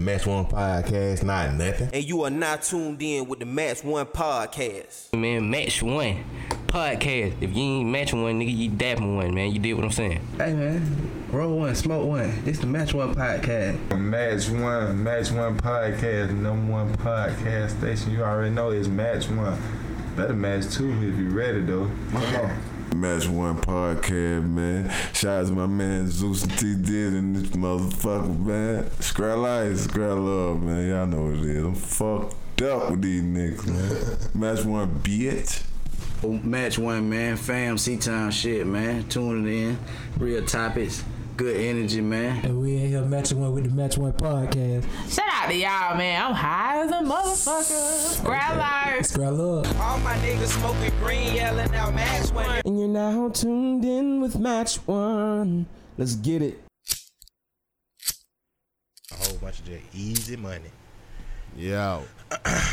Match One Podcast, not nothing. And you are not tuned in with the Match One Podcast. Man, match one podcast. If you ain't matching one, nigga, you dapping one, man. You did what I'm saying. Hey man, roll one, smoke one. This the match one podcast. Match One, Match One Podcast, number one podcast station. You already know it's Match One. Better Match Two if you ready though. Come on. Match One Podcast, man. Shout out to my man Zeus and T Did and this motherfucker, man. Scrap life, scrap love, man. Y'all know what it is. I'm fucked up with these niggas, man. Match One, bitch. Oh, Match one, man. Fam, C time shit, man. Tuning in, real topics, good energy, man. And we in here matching one with the Match One podcast. Shout out to y'all, man. I'm high as a motherfucker. Grab life. Scroll up. All my niggas smoking green, yelling out Match One. And you're now tuned in with Match One. Let's get it. a whole bunch of just easy money. Yeah.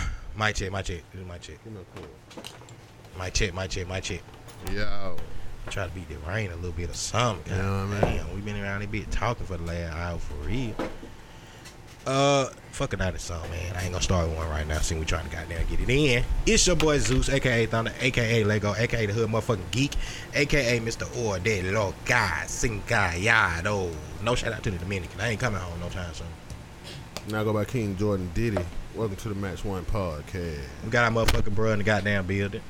My check, my check, this is my check. My check, my check, my check. Yo. Try to beat the rain a little bit or something. God Damn, we been around this bit talking for the last hour for real. Uh, fucking out this song, man. I ain't gonna start with one right now. Since we trying to goddamn get it in. It's your boy Zeus, aka Thunder, aka Lego, aka the Hood Motherfucking Geek, aka Mr. Or De Loca Sincayado. No shout out to the Dominican. I ain't coming home no time soon. Now I go by King Jordan Diddy. Welcome to the Match One Podcast. We got our motherfucking bro in the goddamn building.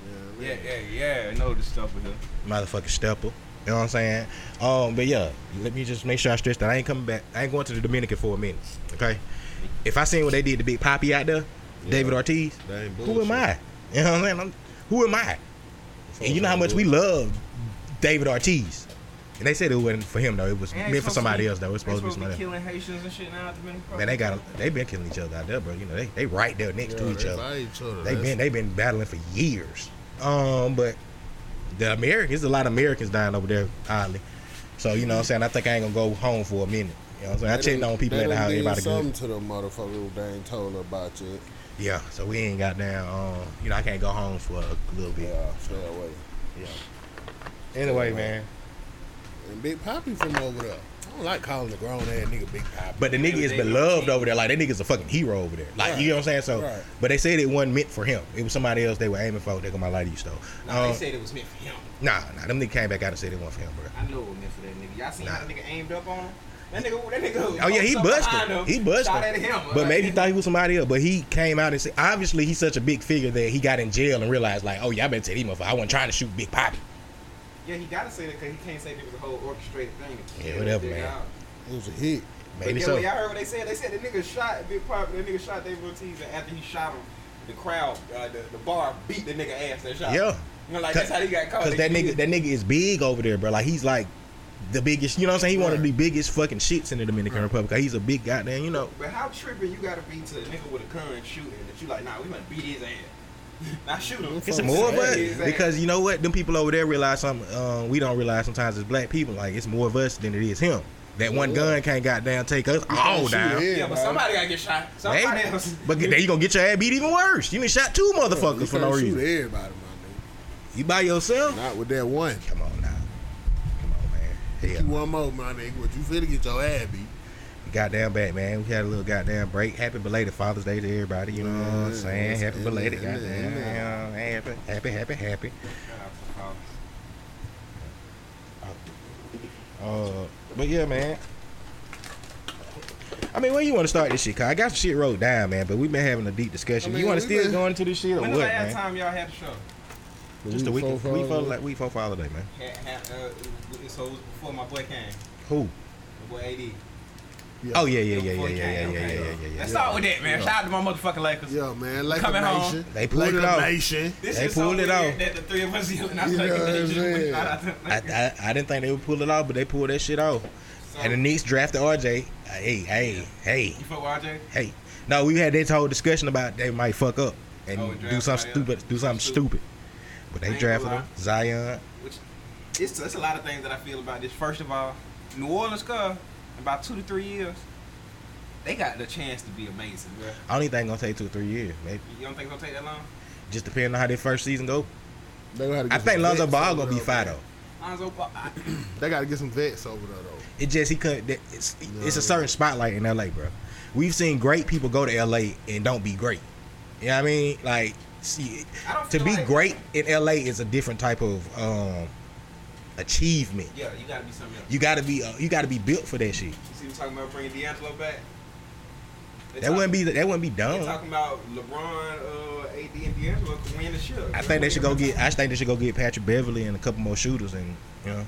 Yeah, yeah, yeah. I know this stuff with him. motherfucking stepper. You know what I'm saying? Um, but yeah, let me just make sure I stress that I ain't coming back. I ain't going to the Dominican for a minute. Okay. If I seen what they did to Big Poppy out there, David Ortiz, That ain't who am I? You know what I'm saying? I'm, who am I? And you know how much we love David Ortiz. And they said it wasn't for him though. It was meant for somebody else though. It was supposed to be somebody. else. killing Haitians and shit now at the Dominican Man, they got they been killing each other out there, bro. You know they they right there next to each other. each other. They've been they've been battling for years. Um, but the Americans, a lot of Americans dying over there, oddly. So you know what I'm saying. I think I ain't gonna go home for a minute. You know what I'm saying. I checked on people at the house. Everybody good. to the motherfucker who they ain't told about you. Yeah. So we ain't got down. Um, you know I can't go home for a little bit. stay away. Anyway, man. And Big Poppy from over there. I don't like calling the grown ass nigga Big Poppy. But the nigga is beloved over there. Like that nigga's a fucking hero over there. Like you know what I'm saying. So, Right. but they said it wasn't meant for him. It was somebody else they were aiming for. They got my light used though. Nah, Um, they said it was meant for him. Nah, nah. Them niggas came back out and said it wasn't for him, bro. I know it was meant for that nigga. Y'all seen Nah. how that nigga aimed up on him? That nigga, that nigga. Oh yeah, he up behind busted. He busted. Shot at him. But maybe he thought he was somebody else. But he came out and said, obviously he's such a big figure that he got in jail and realized like, oh yeah, I better tell these motherfucker I wasn't trying to shoot Big Poppy. Yeah, he gotta say that because he can't say it was a whole orchestrated thing. Yeah, whatever, man. It was a hit. Maybe yeah, so. well, y'all heard what they said. They said the nigga shot Big Pop. The nigga shot David Ortiz, and after he shot him, the crowd, uh, the, the bar beat the nigga ass that shot. him. Yeah. You know, like that's how he got caught. Cause that nigga, that nigga is big over there, bro. Like he's like the biggest. You know what I'm saying? He one of the biggest fucking shits in the Dominican Republic. He's a big goddamn. You know. But how tripping you gotta be to a nigga with a gun shooting that you like, nah, we gonna beat his ass. Not shoot him. It's more of Beat us his ass. because you know what? Them people over there realize something um, we don't realize sometimes as black people. Like it's more of us than it is him. That one gun can't goddamn take us all down. Yeah, but somebody gotta get shot. Hey, Somebody else. but then you gonna get your ass beat even worse. You done shot two motherfuckers for no reason. everybody, You by yourself? my nigga. Not with that one. Come on now. Come on, man. You Hell, one more, my nigga. What you finna get your ass beat? goddamn back, man. We had a little goddamn break. Happy belated Father's Day to everybody. You know what I'm Yeah, saying? yeah, Happy yeah, belated, yeah, goddamn. yeah. uh, Happy, happy, happy, happy. Uh, but yeah, man. I mean, where you want to start this shit? Cause I got some shit wrote down, man. But we've been having a deep discussion. I mean, you want to we still been- go into this shit or When what, the last man? time y'all had a show? Just a Week week, four week, Father's for Day. like week for Father's Day, man. Had, had, uh, it was- so it was before my boy came. Who? My boy AD. Oh yeah, yeah, yeah, yeah, Before he yeah, yeah, yeah, came, yeah, okay. yeah, yeah, yeah. Let's start with that, man. Shout out to my motherfucking Lakers. Yeah, man. Like Coming a home. nation. They pulled like it a off. nation. This They is so pulled it weird off. That the three of us yelling out You like know what I'm this. saying? I, I, I didn't think they would pull it off, but they pulled that shit off. And the Knicks drafted RJ. Hey, hey, hey, You fuck with RJ? hey. No, we had this whole discussion about they might fuck up and Oh, do draft something somebody stupid, do something stupid. Stupid. But I they ain't gonna drafted him, lie. Zion. Which it's, it's a lot of things that I feel about this. First of all, New Orleans Cubs, in about two to three years, they got the chance to be amazing, bro. I don't even think it's gonna take two or three years, maybe. You don't think it's gonna take that long? Just depending on how their first season go. They gonna have to I get think some Lonzo vets Ball over gonna be there, fine man. though. Lonzo Ball, I, They gotta get some vets over there though. It just he couldn't. that- It's, it's No. a certain spotlight in L.A., bro. we've seen great people go to LA and don't be great. You know what I mean? Like, see, to be great in LA is a different type of um, achievement. Yeah, you gotta be something else. You gotta be uh, you gotta be built for that shit. You see, we talking about bringing D'Angelo back. They That wouldn't be that wouldn't be They dumb. talking about LeBron, uh, AD, and D'Angelo could win the show. I think they should go get I think they should go get Patrick Beverly and a couple more shooters and you know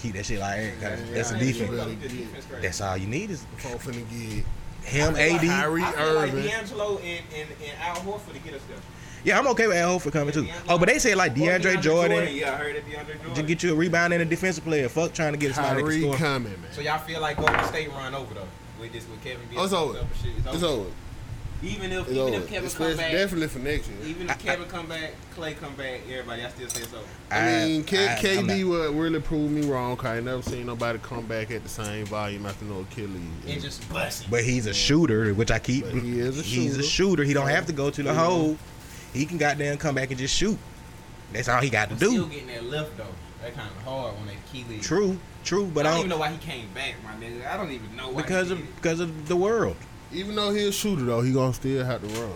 keep that shit like that. That's a defense. That's all you need is Before finna get him, I feel like- AD. Kyrie I feel like Irving. D'Angelo and, and, and Al Horford to get us there. Yeah, I'm okay with Al Horford coming too. Oh, but they said like Or DeAndre, Jordan, Yeah, I heard that DeAndre Jordan. just get you a rebound and a defensive player. Fuck trying to get somebody that can score. So y'all feel like Golden State run over though with this with Kevin Beal. Oh, It's over. It's over. Even if It's even over. if Kevin It's come back, definitely for next year. Even if Kevin come back, Clay come back, everybody, I still say it's over. I mean, K- I- I'm KD would really prove me wrong. 'cause I ain't never seen nobody come back at the same volume after no Achilles. It just busting. But he's a shooter, which I keep. he is a He's a shooter. shooter. He don't have to go to the Yeah. hole. He can goddamn come back and just shoot. That's all he got to I'm Still do. getting that lift though. That kind of hard when they key lead. True, true. But I I don't even know don't why he came back, my nigga. I don't even know why. because of because of the world. Even though he's a shooter, though, he gonna still have to run.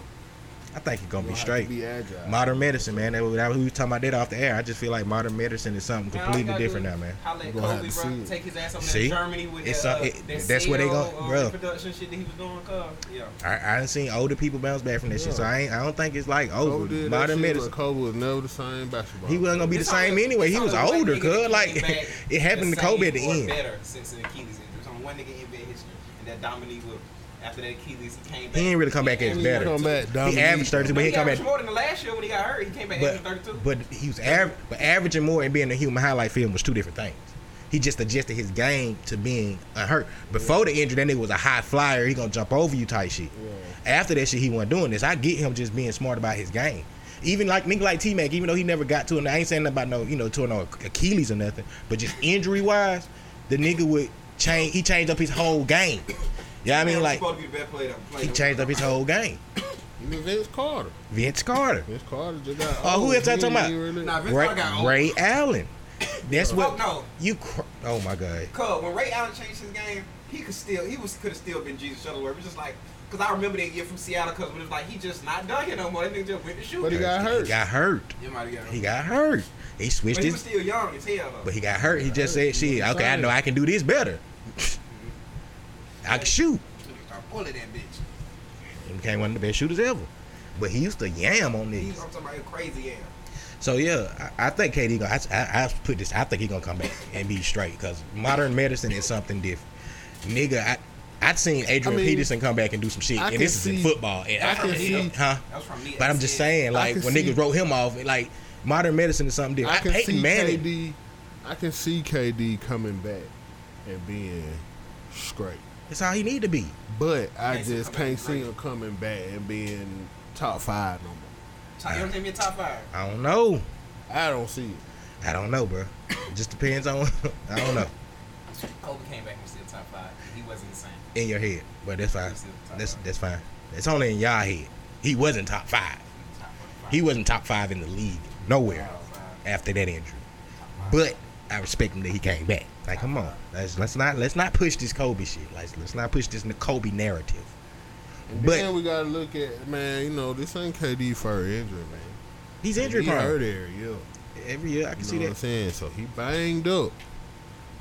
I think he's gonna be He gonna have to straight. be agile. Modern medicine, man. That, was- that was- we was talking about that off the air. I just feel like modern medicine is something Man, all completely y'all do different is now, man. holla at Kobe, bro. Take his ass over See? to Germany with It's that, a- uh, it- that that's where they CO, gon- uh, bruh. production shit that he was doing, cuz. Yeah. I, I done seen older people bounce back from that shit, so I ain't, I don't think it's like over. Kobe did that Modern shit, medicine. but Kobe was never the same basketball. He wasn't gonna be the same anyway. He was older, cuz like it happened to Kobe at the end. Better since the Achilles injury. It's only one nigga in NBA history, and that Dominique Wilkins. After that Achilles, he came back. He ain't really come back as averaged better. 32. He averaged 32, but he come averaged back- more than the last year when he got hurt. He came back But averaging 32. but he was aver- but averaging more and being a human highlight film was two different things. He just adjusted his game to being unhurt. Before the injury, that nigga was a high flyer. He gonna jump over you type shit. After that shit, he wasn't doing this. I get him just being smart about his game. Even like nigga like T Mac, even though he never got to, and I ain't saying nothing about no you know to no Achilles or nothing, but just injury wise, the nigga would change. He changed up his whole game. Yeah, I mean He like supposed to be the best player that he played. changed up his whole game. Even Vince Carter. Vince Carter. Vince Carter just got. Oh, who old. else I He talking about? ain't really- Ray, Ray Allen. That's Yeah. what. Oh, no. You. Cr- oh my God. Cuz when Ray Allen changed his game, he could still he was could have still been Jesus Shuttleworth. It's just like because I remember that year from Seattle, cuz when it's like he just not done here no more. That nigga just went to shoot. He got hurt. He might have got hurt. He got hurt. He But switched he was his. still young as hell. Though. But he got hurt. He just said, "Shit, okay, I saying. know I can do this better. I can shoot." Start pulling that bitch. He became one of the best shooters ever. But he used to yam on He, I'm niggas. talking about he crazy yeah. So yeah, I, I think KD gonna. I, I, I put this. I think he gonna come back and be straight because modern medicine is something different. Nigga, I I seen Adrian I mean, Peterson come back and do some shit, I and can this is see- in football. And I can see- huh? That's from me. But I'm just saying, like can when see- niggas wrote him off, like modern medicine is something I different. can see Peyton Manning, KD. I can see KD coming back and being straight. that's how he need to be. But I Can't see just him coming can't back see him coming back and being top five no more. Top, you don't think me a top five? I don't know. I don't see it. I don't know, bro. It just depends on. I don't know Kobe came back and was still top five. He wasn't the same. in your head, but that's fine. That's that's fine. It's only in y'all head. He wasn't top five. He wasn't top five in the league nowhere after that injury. But I respect him that he came back. Like, come on, let's let's not let's not push this Kobe shit. Like, let's not push this Kobe narrative. And But- then we gotta look at man. You know this ain't KD for injury, man. He's injured, He prone. hurt every year. Every year, I can You see know what I'm that. saying? So he banged up.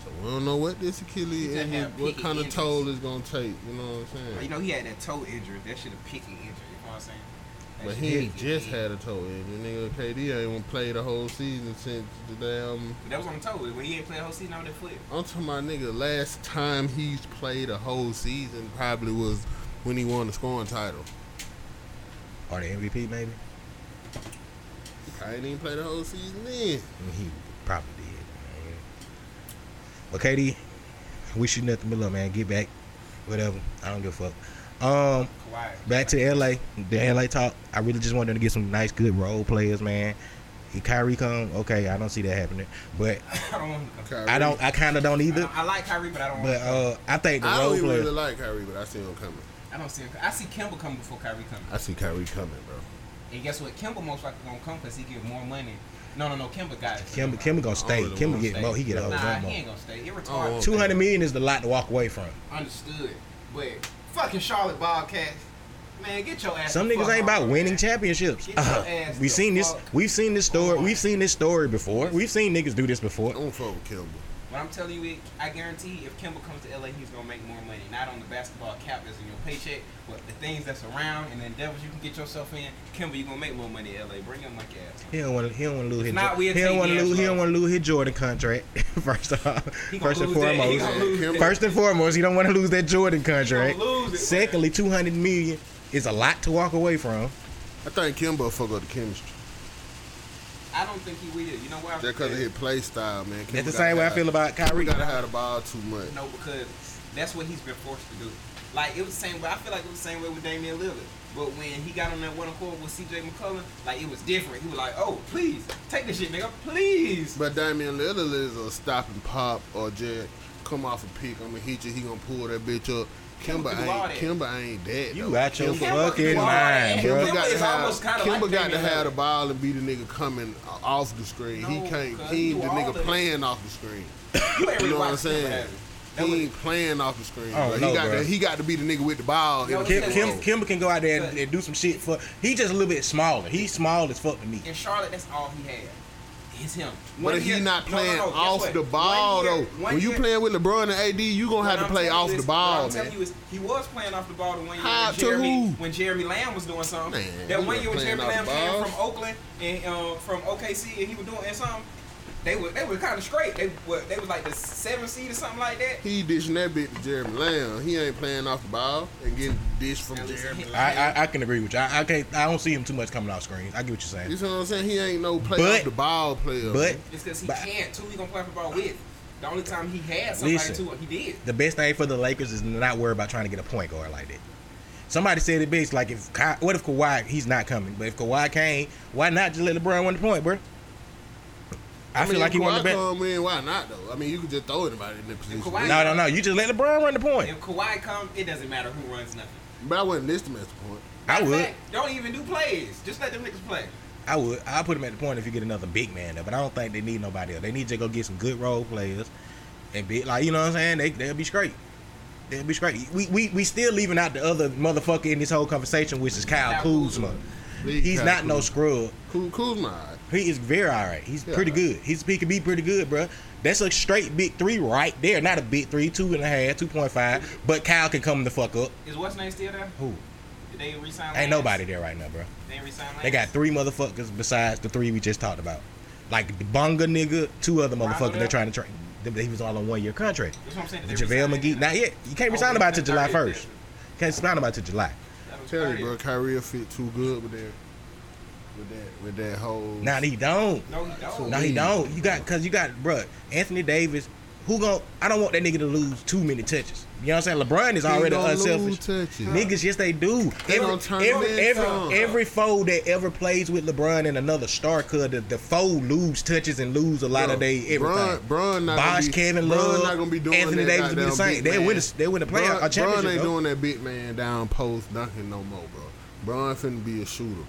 So we don't know what this Achilles just injury, have what peak kind of injuries. toll it's gonna take. You know what I'm But, saying? You know, he had that toe injury. That should have picky injury. You know what I'm saying? That But shit he picky. just had a toe injury. Nigga, KD ain't even played the whole season since the damn. But that was on the toe. When he ain't playing whole season on that foot. I'm talking about nigga. Last time he's played a whole season probably was when he won the scoring title. Or the MVP maybe. I ain't even played the whole season then. He probably did. man. But KD, wish you nothing but love, man. Get back, whatever. I don't give a fuck. Um, back to LA, the LA talk. I really just wanted to get some nice, good role players, man. If Kyrie come, okay. I don't see that happening, but I don't want to I don't. I kind of don't I, either. don't- I like Kyrie, but I don't. But uh, want I think the I role don't even really players. like Kyrie, but I see him coming. uh, I don't see him. I see Kimball coming before Kyrie coming. I see Kyrie coming, bro. And guess what? Kimball most likely gonna come because he get more money. No, no, no. Kimball got it. Kimba, Kimba gonna stay. really Kimba wanna get stay. more. He get a whole Nah, lot he more. oh, ain't gonna stay. It I don't retarded. want Two hundred million is a lot to walk away from. Understood. But Fucking Charlotte Bobcats. Man, get your ass. Some the niggas fuck ain't off. about winning championships. Get your Uh, ass we the seen this. fuck We've seen this story. We've seen this story before. We've seen niggas do this before. Don't fuck with Kimball. But I'm telling you, it, I guarantee if Kimball comes to LA, he's gonna make more money. Not on the basketball cap that's in your paycheck, but the things that's around and the endeavors you can get yourself in. Kimball, you gonna make more money in LA. Bring your monkey ass. He don't want to. He don't want to lose his. not, Jo- we'll he don't take want to the lose. He Angelo. don't want to lose his Jordan contract. First off, He gonna first and lose that. He foremost, gonna lose that. first and foremost, he don't want to lose that Jordan contract. lose it, Secondly, two hundred million is a lot to walk away from. I think Kimbo fuck up the chemistry. I don't think he will. You know why? That because of his play style, man. Kimba That's the gotta same way I have- feel about Kimba Kyrie. gotta have the ball too much. No, because that's what he's been forced to do. Like it was the same way. I feel like it was the same way with Damian Lillard. But when he got on that one accord with C.J. McCollum, like it was different. He was like, "Oh, please take this shit, nigga, please." But Damian Lillard is a stop and pop or just come off a peak. I'm gonna hit you. He gonna pull that bitch up. Kimba Kimba do all ain't Kimba ain't dead. You though. out your Kimba- fucking Kimba- mind, bro. Kimba got Kimba to is have, almost kinda Kimba like got to Damian have Lillard. the ball and be the nigga coming uh, off the screen. he can't. cuz He you ain't the all nigga the- playing off the screen. You ain't really know what I'm watching Kimba saying? have it. He ain't playing off the screen. Oh, bro. no, he got bro. to. He got to be the nigga with the ball. Oh, in the Kim, front Kim, row. Kimba can go out there and, and do some shit for. He just a little bit smaller. He's small as fuck to me. In Charlotte, that's all he had. It's him. But One if he year- not no, no, playing no, guess off what? the One ball year- though, one when you year- playing with LeBron and AD, you gonna what have to I'm play telling you off the is- ball, What I'm telling man. you is he was playing off the ball the one year How when to Jeremy, who? when Jeremy Lamb was doing something. Man, that he one was year when playing Jeremy off Lamb the came ball. from Oakland and uh, from OKC and he was doing and something. They were they were kind of straight. They were they was like the seventh seed or something like that. He dishing that bit to Jeremy Lamb. He ain't playing off the ball and getting dished from Jeremy Lamb. I, I I can agree with you. I, I can't. I don't see him too much coming off screens. I get what you're saying. you see what I'm saying? He ain't no play But- off the ball player. but- man. It's because he can't too. He gonna play off the ball with. The only time he had somebody Listen. to it, he did. the best thing for the Lakers is not worry about trying to get a point guard like that. Somebody said it best. Like if Ka- what if Kawhi he's not coming, but if Kawhi came, why not just let LeBron win the point, bro? I, feel mean, like he if won the Kawhi best. Come in, why not though? I mean, you could just throw anybody in that position. Kawhi- No, no, no. You just let LeBron run the point. If Kawhi come, it doesn't matter who runs nothing. But I wouldn't list him as the point. I would. Don't even do plays. Just let them niggas play. I would. I'll put him at the point if you get another big man there. But I don't think they need nobody else. They need to go get some good role players and be like, you know what I'm saying? They they'll be straight. They'll be straight. We we, we still leaving out the other motherfucker in this whole conversation, which is Kyle Kyle Kuzma. Leave He's Kyle not no Kuzma. scrub. Ku- Kuzma, all right. He is very all right. He's Yeah, pretty all good. He's he could be pretty good, bro. That's a straight big three right there. Not a big three, two and a half, two point five. But Kyle can come the fuck up. Is what's name still there? Who? Did they resign? Ain't Lance? nobody there right now, bro. They ain't resign. Lance? They got three motherfuckers besides the three we just talked about. Like the Bunga nigga, two other motherfuckers they're trying to train. He was all on one year contract. That's what I'm saying. They JaVale resign McGee, not yet. You can't Oh, resign it's about the to July 30th. first. Can't resign about to July. Tell you, bro, Kyrie will fit too good with that, with that, with that whole. Nah, he don't. No, he don't. No, he don't. You got cause you got bruh, Anthony Davis. Who gon' I don't want that nigga to lose too many touches. You know what I'm saying? LeBron is He already gonna unselfish. lose touches. Niggas, yes they do. They every gonna turn every them every, into- every foe that ever plays with LeBron and another star could the, the foe lose touches and lose a lot of they everything. Bron, Bron not gonna Bosh, be, Kevin Bron Love, not gonna be doing Anthony that Davis be the goddamn same. big They man. win a- they win a playoff- Bron- a championship, Bron ain't though. doing that big man down post dunking no more, bro. Bron finna be a shooter, bro.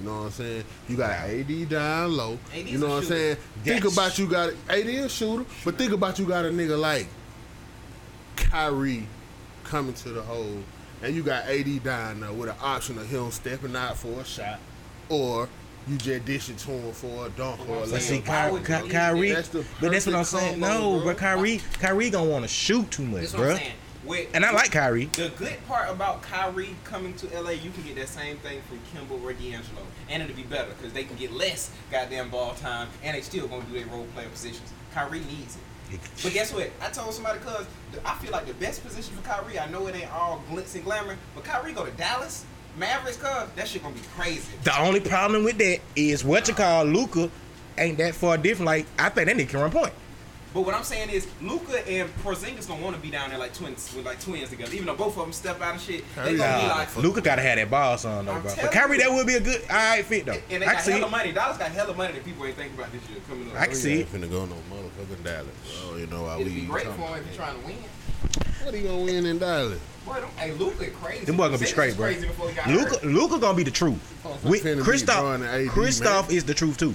You know what I'm saying? You got AD down low. AD is you know a what I'm shooter. saying? Think about you got AD is a shooter, but think about you got a nigga like Kyrie coming to the hole, and you got AD down there with an option of him stepping out for a shot, or you just dish it to him for a dunk or a But see, layup. Ky- Ky- Kyrie, That's the but that's what I'm perfect saying. combo, No, bro. but Kyrie, Kyrie gonna want to shoot too much, That's what I'm bro. saying. With- And I like Kyrie. The good part about Kyrie coming to LA, you can get that same thing from Kimball or D'Angelo, and it'll be better because they can get less goddamn ball time, and they still gonna do their role player positions. Kyrie needs it. But guess what? I told somebody cuz th- I feel like the best position for Kyrie. I know it ain't all glitz and glamour, but Kyrie go to Dallas Mavericks, cuz that shit gonna be crazy. The only problem with that is what you call Luca ain't that far different. Like I think that nigga can run point. But what I'm saying is, Luca and Porzingis gonna want to be down there like twins, with like twins together. Even though both of them step out and shit, they gonna be like, Luca gotta have that ball son though, I'm bro. But telling Kyrie, you. that would be a good all right fit though. and I they got can see. hella it. money. Dallas got hella money that people ain't thinking about this year coming up. I can see it. finna go no motherfucking Dallas. Bro. You know why It'd we be even great for talking him if about he's trying to win. that. What he gonna win in Dallas? Boy, them, hey, Luca crazy. Them boy gonna be Porzingis straight, was bro. Crazy before he got Luca, hurt. Luca gonna be the truth. Oh, With finna be Kristoff, Bron and AD, Kristoff is the truth too.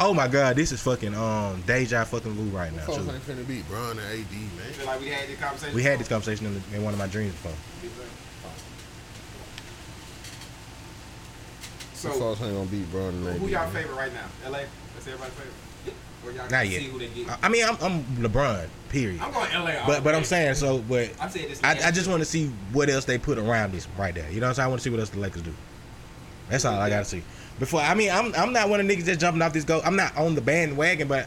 Oh my God, this is fucking um deja fucking blue right now. Folks Too. ain't finna beat Bron and AD, man. Feel like we had this conversation. We had this conversation in, the, in one of my dreams before. So, So- folks ain't gonna beat Bron and AD. Who y'all man. favorite right now? LA. That's everybody's favorite. Or y'all Not can yet. see who they get. I- I mean, I'm, I'm LeBron. Period. I'm going LA all But but I'm day. saying so. But I'm saying this I, last I just want to see what else they put around this right there. You know what I'm saying? I want to see what else the Lakers do. That's all I gotta see. Before I mean, I'm I'm not one of the niggas that's jumping off this go. I'm not on the bandwagon, but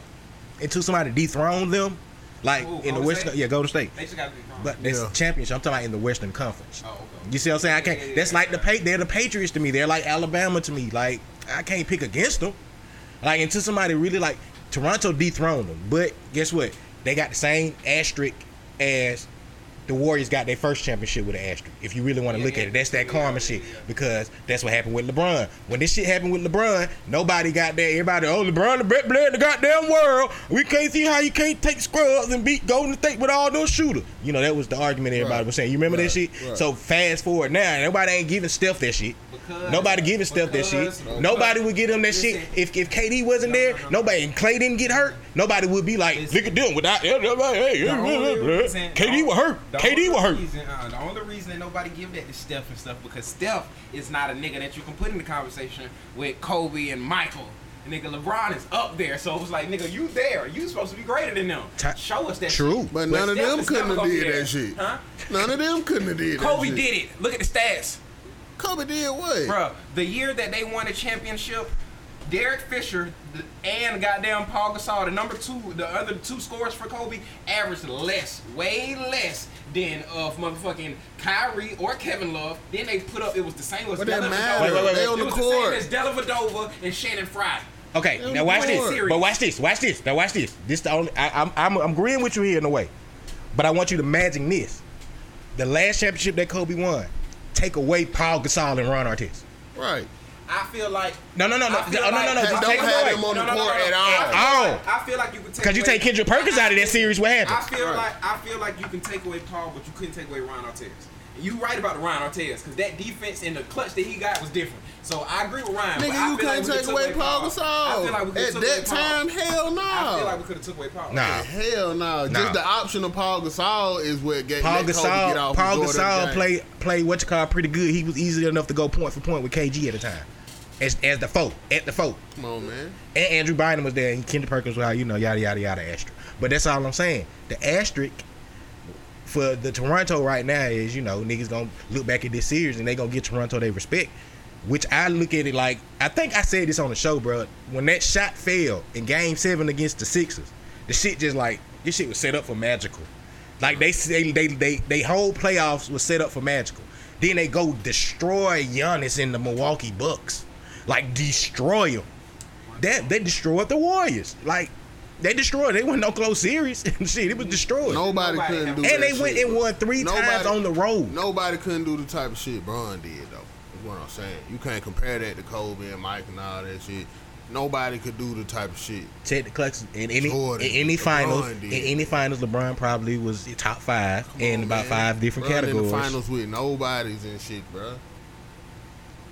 until somebody dethrones them, like Who, in the Golden West, State? yeah, Golden State. They just gotta be wrong. But that's Yeah. championship. I'm talking about in the Western Conference. Oh, okay. You see what I'm saying? I can't. That's like the pa- they're the Patriots to me. They're like Alabama to me. Like I can't pick against them. Like until somebody really like Toronto dethroned them. But guess what? They got the same asterisk as the Warriors got their first championship with an asterisk. If you really want to look at it, that's that karma shit because that's what happened with LeBron. When this shit happened with LeBron, nobody got there. Everybody, oh LeBron, the best player in the goddamn world. We can't see how you can't take scrubs and beat Golden State with all those shooters. You know that was the argument everybody was saying. You remember that shit? right. So fast forward now, nobody ain't giving Steph that shit. nobody giving Steph that shit. Nobody would give him that shit if if KD wasn't there. Nobody and Clay didn't get hurt. Nobody would be like, look at them without. Hey, The only reason- KD was hurt. the KD only was hurt. Reason, uh, the only reason that nobody give that to Steph and stuff because Steph is not a nigga that you can put in the conversation with Kobe and Michael. Nigga, LeBron is up there, so it was like, nigga, you there? You supposed to be greater than them. Show us that. True. shit. But none of Steph them is never couldn't have gonna be did there. that shit. Huh? None of them couldn't have did Kobe that shit. did it. Look at the stats. Kobe did what? Bro, the year that they won the championship, Derek Fisher th- and goddamn Paul Gasol, the number two, the other two scores for Kobe, averaged less, way less than of motherfucking Kyrie or Kevin Love. Then they put up, it was the same as But that Dellavedova. matter. Wait, wait, wait, They wait. on It the was court. the same as Dellavedova and Shannon Fry. Okay, They on now the watch board. this. Series. But watch this. Watch this. Now watch this. This the only I, I'm I'm I'm agreeing with you here in a way, but I want you to imagine this: the last championship that Kobe won, take away Paul Gasol and Ron Artest. Right. I feel like No, no, no, no, I feel no, no, no, no, I just feel take him away. No, no, no, no, no. I At feel Oh. like- I feel like you could take Cause you away- take Kendrick Perkins out of that series, what happened? I feel like I feel like you can take away Paul, but you couldn't take away Ron Artest. And You right about the Ron Artest because that defense and the clutch that he got was different. So I agree with Ryan. but I Nigga, you feel like can't we take took away Paul I feel like Gasol. we could've At took away that Paul. time, hell no. I feel like we could have took away Paul. Nah. Hell no. Nah. Just the option of Paul Gasol is what gave Paul let Kobe get Gasol, off Paul the door Gasol that play play what you call pretty good. He was easy enough to go point for point with KG at the time, as as the foe at the foe. game. Come on, man. And Andrew Bynum was there, and Kendrick Perkins was out, you know, yada yada yada asterisk. But that's all I'm saying. The asterisk for the Toronto right now is, you know, niggas gonna look back at this series and they gonna get Toronto they respect. Which I look at it like I think I said this on the show, bro. When that shot fell in Game Seven against the Sixers, the shit just like this shit was set up for magical. Like they they they they, they whole playoffs was set up for magical. Then they go destroy Giannis in the Milwaukee Bucks, like destroy him. That they destroyed the Warriors. Like they destroyed. They went no close series. shit, it was destroyed. Nobody, couldn't do And that they went shit. and won three times on the road. Nobody couldn't do the type of shit Bron did, though. That's what I'm saying. You can't compare that to Kobe and Mike and all that shit. Nobody could do the type of shit. Ted the Clutch in any Jordan, in any LeBron finals did. in any finals. LeBron probably was top five in about five different Bron categories. In the finals with nobodies and shit, bro.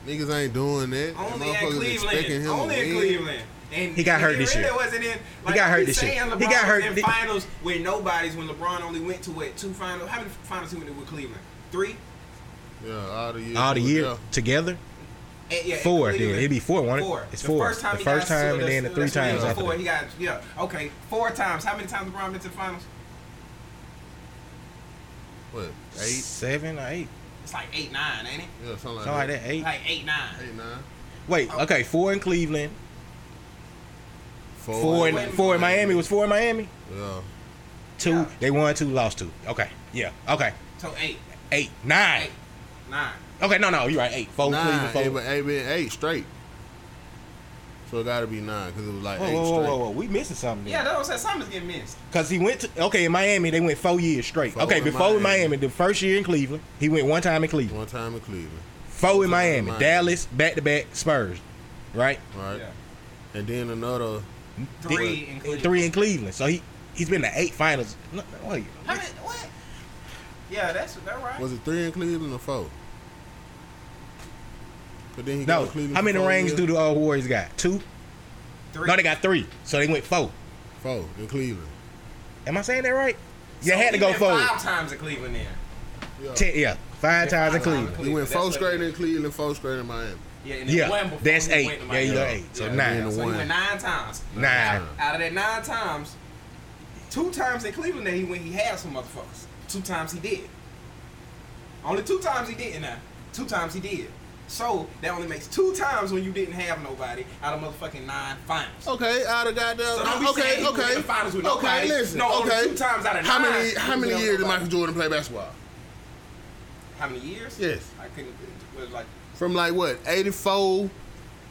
Niggas ain't doing that. Only Motherfuckers at Cleveland. expecting him to Only at win. Cleveland. And He got if hurt it this really year. Wasn't in, like, got if hurt we this year. saying He LeBron got was hurt in thi- finals with nobody's when LeBron only went to what two finals? How many finals he went to with Cleveland? Three. Yeah, all the year. All the year together. And- yeah, and Four, Cleveland. then. It'd be four, won't it? It's four. First time The he first got time sued, and then the that's- three that's what it times was after Four. that. He got yeah. Okay, four times. How many times LeBron been to the finals? What? Eight, seven, or eight. It's like eight, nine, ain't it? Yeah, something like Something that. like that, eight. Like eight, nine. Eight, nine. Wait, okay, four in Cleveland. Four, in four in Miami was four in Miami. Yeah. Two, they won two, lost two. Okay, yeah, okay, So eight, eight, nine. nine. Okay, no, no, you're right. Eight, four, in nine. Cleveland, four. It was eight, been eight straight. So it got to be nine because it was like Whoa, eight whoa, whoa, straight. whoa, whoa, we missing something. Yeah, that was that. Something's getting missed. Because he went to, okay, in Miami, they went four years straight. Four okay, in before in Miami, the first year in Cleveland, he went one time in Cleveland. One time in Cleveland. Four in Miami, Miami. Dallas, back to back, Spurs, right? Right. And then another Three in Cleveland. Three in Cleveland. So he, he's been to eight finals. No, no, wait. How many? What? Yeah, that's that right. Was it three in Cleveland or four? But then he No, got Cleveland. how for many four rings years. do the uh, Warriors got? Two? three. No, they got three. So they went four. Four in Cleveland. Am I saying that right? You So had to he go been four. Five times in Cleveland then. Ten, yeah, five times in Cleveland. We went four straight in Cleveland, four straight in Miami. Yeah, and then Yeah, one before that's he eight. went to There you go, Miami. eight. So Yeah. nine. So he went nine times. Nine. Out of that nine times, two times in Cleveland that he went, he had some motherfuckers. Two times he did. Only two times he didn't. Now, two times he did. So that only makes two times when you didn't have nobody out of motherfucking nine finals. Oh. Okay, out of goddamn. So don't be saying okay, he went okay, to the finals with okay. nobody. Listen, No, only okay. two times out of how nine, many he how was many with years did nobody. Michael Jordan play basketball? How many years? Yes. I couldn't. It was like From like what eighty four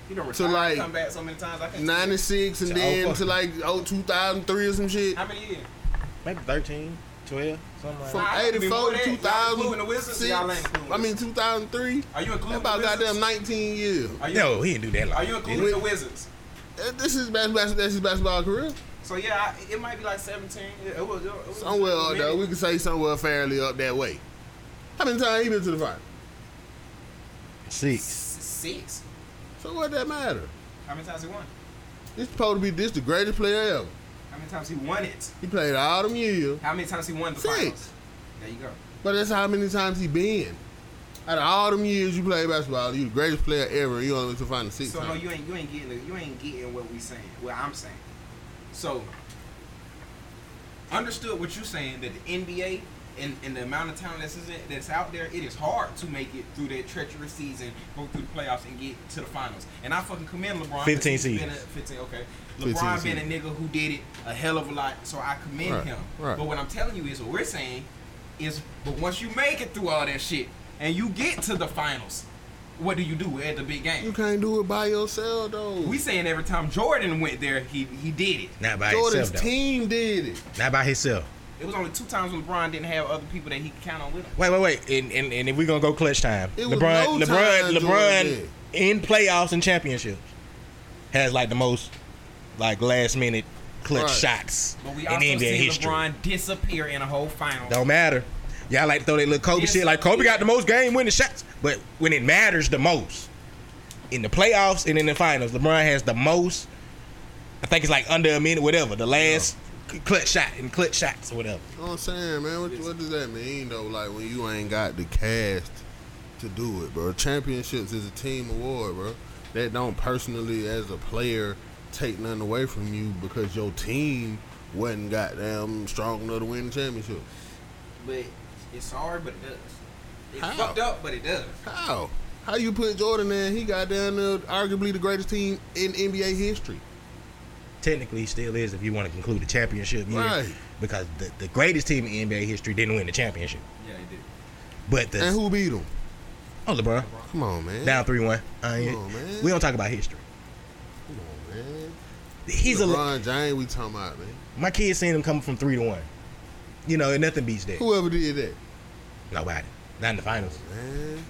he don't to retire. like come back so many times. I can't. ninety six, and To then 04. to like oh two thousand three or some shit. How many years? Maybe 13, 12, something like From that. I- I mean, eighty more four than to two that. Y'all including the thousand Wizards? six. Y'all ain't including I mean two thousand three. Are you including about the Wizards? goddamn nineteen years? Are you- No, he didn't do that. Like Are you including the Wizards? Uh, This is bas- bas- that's his basketball career. So yeah, I, it might be like seventeen. It, it was, it was Somewhere it was up there, we can say somewhere fairly up that way. How many times he been to the final? Six. six. So what that matter? How many times he won? This supposed to be this the greatest player ever. How many times he won it? He played all them years. How many times he won the Six. finals? There you go. But that's how many times he been. Out of all them years you played basketball, you the greatest player ever. You only went to the final six So no, times. you ain't you ain't getting the- you ain't getting what we saying. What I'm saying. So understood what you're saying that the NBA and, and the amount of talent that's is- that's out there, it is hard to make it through that treacherous season, go through the playoffs, and get to the finals. And I fucking commend LeBron. 'cause 15 he's been seasons. a- Fifteen. Okay. 15 LeBron been a seasons. nigga who did it a hell of a lot, so I commend Right, him. right. But what I'm telling you is what we're saying is, but once you make it through all that shit and you get to the finals, what do you do at the big game? You can't do it by yourself though. We saying every time Jordan went there, he he did it. Not by Jordan's himself. Though. team did it. Not by himself. It was only two times when LeBron didn't have other people that he could count on with him. Wait, wait, wait. And and, and if we're gonna go clutch time. It was LeBron no LeBron time Jordan LeBron did. in playoffs and championships has like the most like last minute clutch Right. shots But we in also NBA seen history. LeBron disappear in a whole final. Don't matter. Y'all like to throw that little Kobe shit. Like Kobe got the most game winning shots, but when it matters the most, in the playoffs and in the finals, LeBron has the most. I think it's like under a minute, whatever. The last c- clutch shot and clutch shots or whatever. You know what I'm saying, man? What, what does that mean though? Like when you ain't got the cast to do it, bro. Championships is a team award, bro. That don't personally as a player take nothing away from you because your team wasn't goddamn strong enough to win the championship. But it's hard, but it does. It's How? fucked up, but it does. How? How you put Jordan in? He got down there arguably the greatest team in NBA history. Technically, he still is if you want to conclude the championship year, Right. because the, the greatest team in NBA history didn't win the championship. Yeah, he did. But the, And who beat him? Oh, LeBron Come on, man. down three one. Come on, man. We don't talk about history. Come on, man. He's a- LeBron James. We talking about man. My kids seen him come from three to one. You know, and nothing beats that. Whoever did that, Nobody. Not in the finals. man.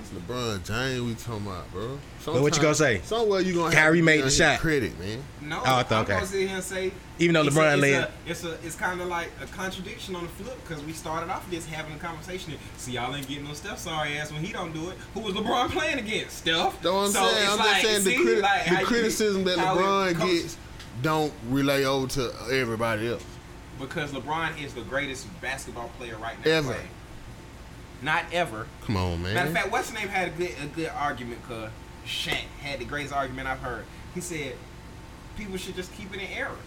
It's LeBron James. We talking about, bro. But what you gonna say? Somewhere you gonna Kyrie have to made give the him shot. Credit, man. No, Oh, I I'm thought- gonna okay. sit here and say Even though it's LeBron a, it's led- a, it's a it's kind of like a contradiction on the flip because we started off this having a conversation. and, See, y'all ain't getting no Steph sorry ass when he don't do it. Who was LeBron playing against? Steph. That's what I'm so saying. it's I'm like, just saying see, the, criti- like, how the you- criticism that how it LeBron comes- gets don't relay over to everybody else. because LeBron is the greatest basketball player right now. Ever. playing. Not ever. Come on, man. Matter of fact, what's his name had a good a good argument, cuz Shank had the greatest argument I've heard. He said people should just keep it in errors.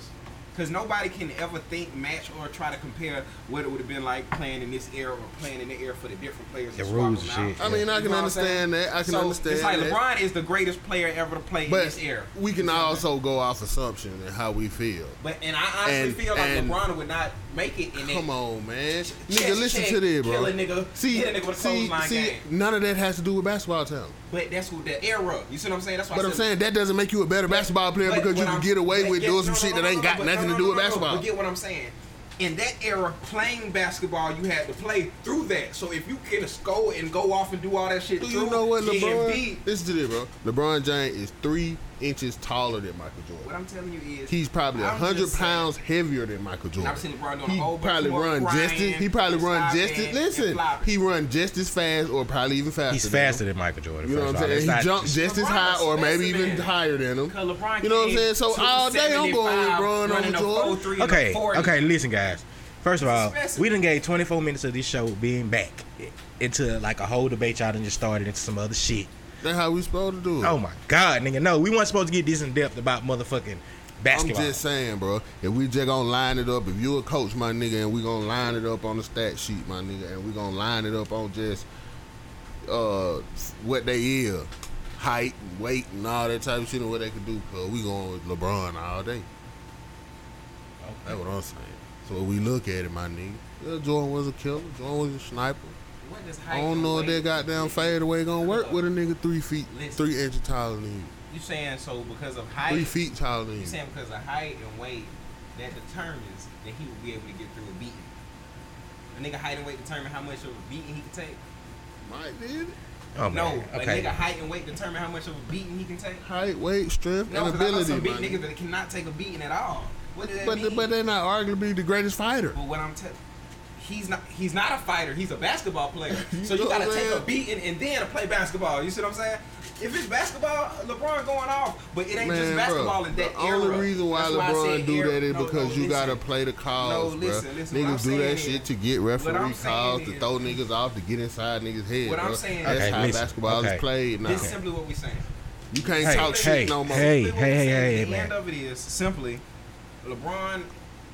Cause nobody can ever think, match, or try to compare what it would have been like playing in this era or playing in the era for the different players. The to rules swap them and shit, out. I You mean, know I can what I'm saying? understand that. I can So, understand. It's like that. LeBron is the greatest player ever to play in this era. But we can also go off assumption and how we feel. But and I honestly And- feel like and- LeBron would not make it in that Come on, man. check, Nigga, listen check, to this, bro. kill a nigga, see, hit a nigga with a see, clothesline see, game. none of that has to do with basketball talent. But that's what the era. You see what I'm saying? That's why But I I'm said- saying that doesn't make you a better basketball player But because you what can I'm- get away but with get- doing some no, no, shit no, that no, ain't no, got but nothing no, to do no, with no, no, basketball. But get what I'm saying? In that era, playing basketball, you had to play through that. So if you can just go and go off and do all that shit, Do through, you know what getting LeBron? beat, Listen to this, bro. LeBron James is three inches taller than Michael Jordan. What I'm telling you is He's probably I'm hundred just saying- pounds heavier than Michael Jordan. I've seen LeBron doing a he whole bunch probably more run crying just as, he probably and run just slobbing as and listen. flopping. He run just as fast or probably even faster. He's than faster him. than Michael Jordan. You know what first I'm of all. saying? It's He not jumped just as high, or maybe even higher than him. You know what I'm saying? So all day I'm going with LeBron over Jordan. Okay, okay, listen, guys. First of all, specimen. we done gave 24 minutes of this show being back into like a whole debate y'all done just started into some other shit. That's how we supposed to do it. Oh my God, nigga. No, we weren't supposed to get this in depth about motherfucking basketball. I'm just saying, bro. If we just gonna line it up, if you a coach, my nigga, and we gonna line it up on the stat sheet, my nigga, and we gonna line it up on just uh what they is, height and weight and all that type of shit and what they can do. Cause we going with LeBron all day. That's what I'm saying. So if we look at it, my nigga. Yeah, Jordan was a killer. Jordan was a sniper. What does height I don't and know if weight- that goddamn fadeaway gonna work with a nigga three feet, Listen. three inches taller than you. You saying so because of height? Three feet taller than You you. saying because of height and weight that determines that he will be able to get through a beating. A nigga height and weight determine how much of a beating he can take. Might did. Oh, no, man. a Okay. nigga height and weight determine how much of a beating he can take. Height, weight, strength, No, and 'cause I know some ability. big my niggas that cannot take a beating at all. What does that But mean? but they're not arguably the greatest fighter. But what I'm telling, he's not he's not a fighter. He's a basketball player. So you know gotta what I'm take a saying? beating and then play basketball. You see what I'm saying? If it's basketball, LeBron going off, but it ain't just basketball bro, in that the era. only reason why That's I LeBron said do era- that is no, because no, you listen. gotta play the calls, No, bro. listen, listen, what I'm niggas do saying that is- shit to get what I'm referee saying calls to is- throw niggas off to get inside niggas head. What I'm bro. saying that's is- how Okay, listen, basketball okay. is played now. This is simply what we saying. You can't Hey, talk hey, shit no more. hey, Simply what hey, we hey, saying. hey, The man. end of it is simply LeBron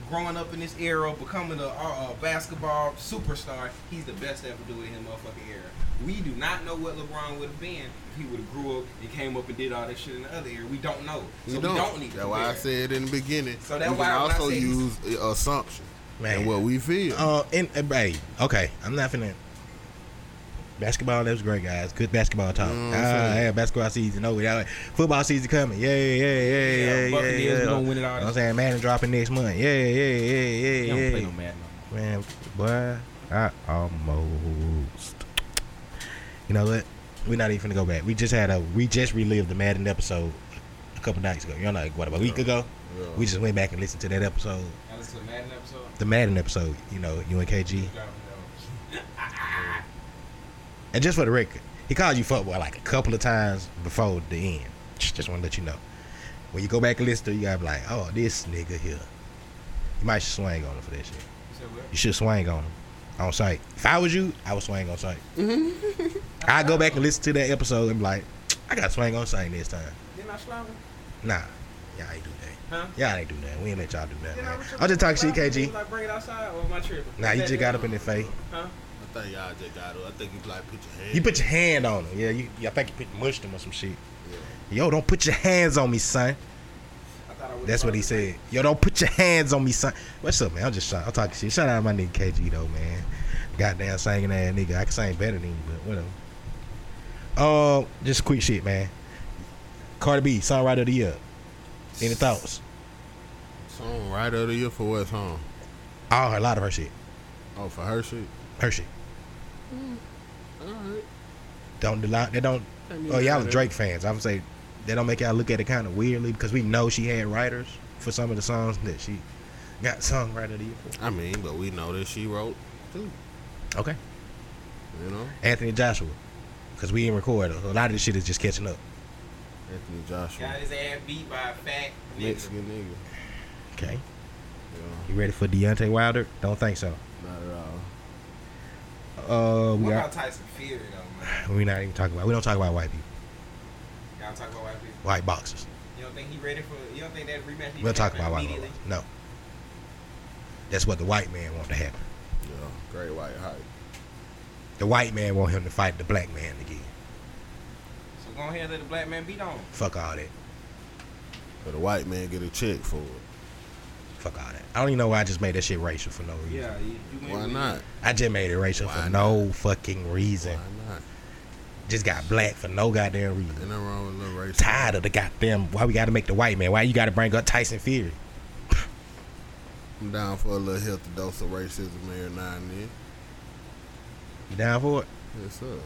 growing up in this era, becoming a, uh, uh basketball superstar. He's the best to ever do it in his motherfucking era. We do not know what LeBron would have been if he would have grew up and came up and did all that shit in the other era. We don't know. We so don't. we don't need to That's why I compare. said in the beginning. So that's we why can when I also said he's- use uh, assumption Man. and what we feel. Uh, and, uh, hey, okay, I'm laughing at basketball. That was great, guys. Good basketball talk. Mm, ah, so- yeah, basketball season over. Yeah, football season coming. Yeah, yeah, yeah, yeah, yeah. Buccaneers, yeah, we yeah. gonna win You know it all this what I'm saying Madden dropping next month. Yeah, yeah, yeah, He yeah, don't yeah. play no Madden no Man, boy, I almost. You know what? We're not even gonna go back. We just had a. We just relived the Madden episode a couple nights ago. You know, like what about a week ago? Yeah. We just went back and listened to that episode, Now listen to the Madden episode. the Madden episode. You know, UNKG. Drop it down. And just for the record, he called you fuckboy like a couple of times before the end. Just want to let you know. When you go back and listen to it, you gotta be like, oh, this nigga here. You might swing on him for that shit. You said what? You should swing on him on site. If I was you, I would swing on site. I go back and listen to that episode and be like, I gotta swing on site next time. Didn't I slap him? Nah, y'all ain't do that. Huh? Y'all ain't do that. We ain't let y'all do that. Didn't Man. was- I'm just talking shit, slap him? KG. Was I bring it outside or am I tripping? Nah, Is you that just it? got up in their face. Huh? I think y'all just got it. I think you like put your hand. You put your hand on him. Yeah, you. I think you put, mushed him or some shit. Yo, don't put your hands on me, son. That's what he said. Yo, don't put your hands on me, son. What's up, man? I'm just trying. I'm talking shit. Shout out to my nigga KG though, man. Goddamn singing ass nigga. I can sing better than you, but whatever. Um, just quick shit, man. Cardi B, songwriter of the year. Any thoughts? Song right out of you for what song? All her, a lot of her shit. Oh, for her shit. Her shit. Mm. All right. Don't deli- they don't. I mean, Oh, y'all whatever. Drake fans. I would say they don't make y'all look at it kind of weirdly because we know she had writers for some of the songs that she got songwriter of the year for. I mean, but we know that she wrote too. Okay. You know, Anthony Joshua. Because we didn't record. A lot of this shit is just catching up. Anthony Joshua, Got his ass beat by a fat nigga. Mexican nigga. Okay. Yeah, You ready for Deontay Wilder? Don't think so. not at all. Uh, we What are, about Tyson Fury though, man? we not even talking about. We don't talk about white people, Y'all talk about white people. white boxers. You don't think he ready for? You don't think that rematch? need We don't to talk happen about white people. immediately? No. That's what the white man want to happen. Yeah, great white height. The white man want him to fight the black man again. So go ahead and let the black man beat on. him. Fuck all that. But a white man get a check for it. Fuck all that. I don't even know why I just made that shit racial for no reason. Yeah, you, you win, Why win. not? I just made it racial Why for no fucking reason. Why not? Just got black for no goddamn reason. Ain't nothing wrong with a little race. Tired of the goddamn. Why we gotta make the white man? Why you gotta bring up Tyson Fury? I'm down for a little healthy dose of racism every now and then. You down for it? Yes, sir.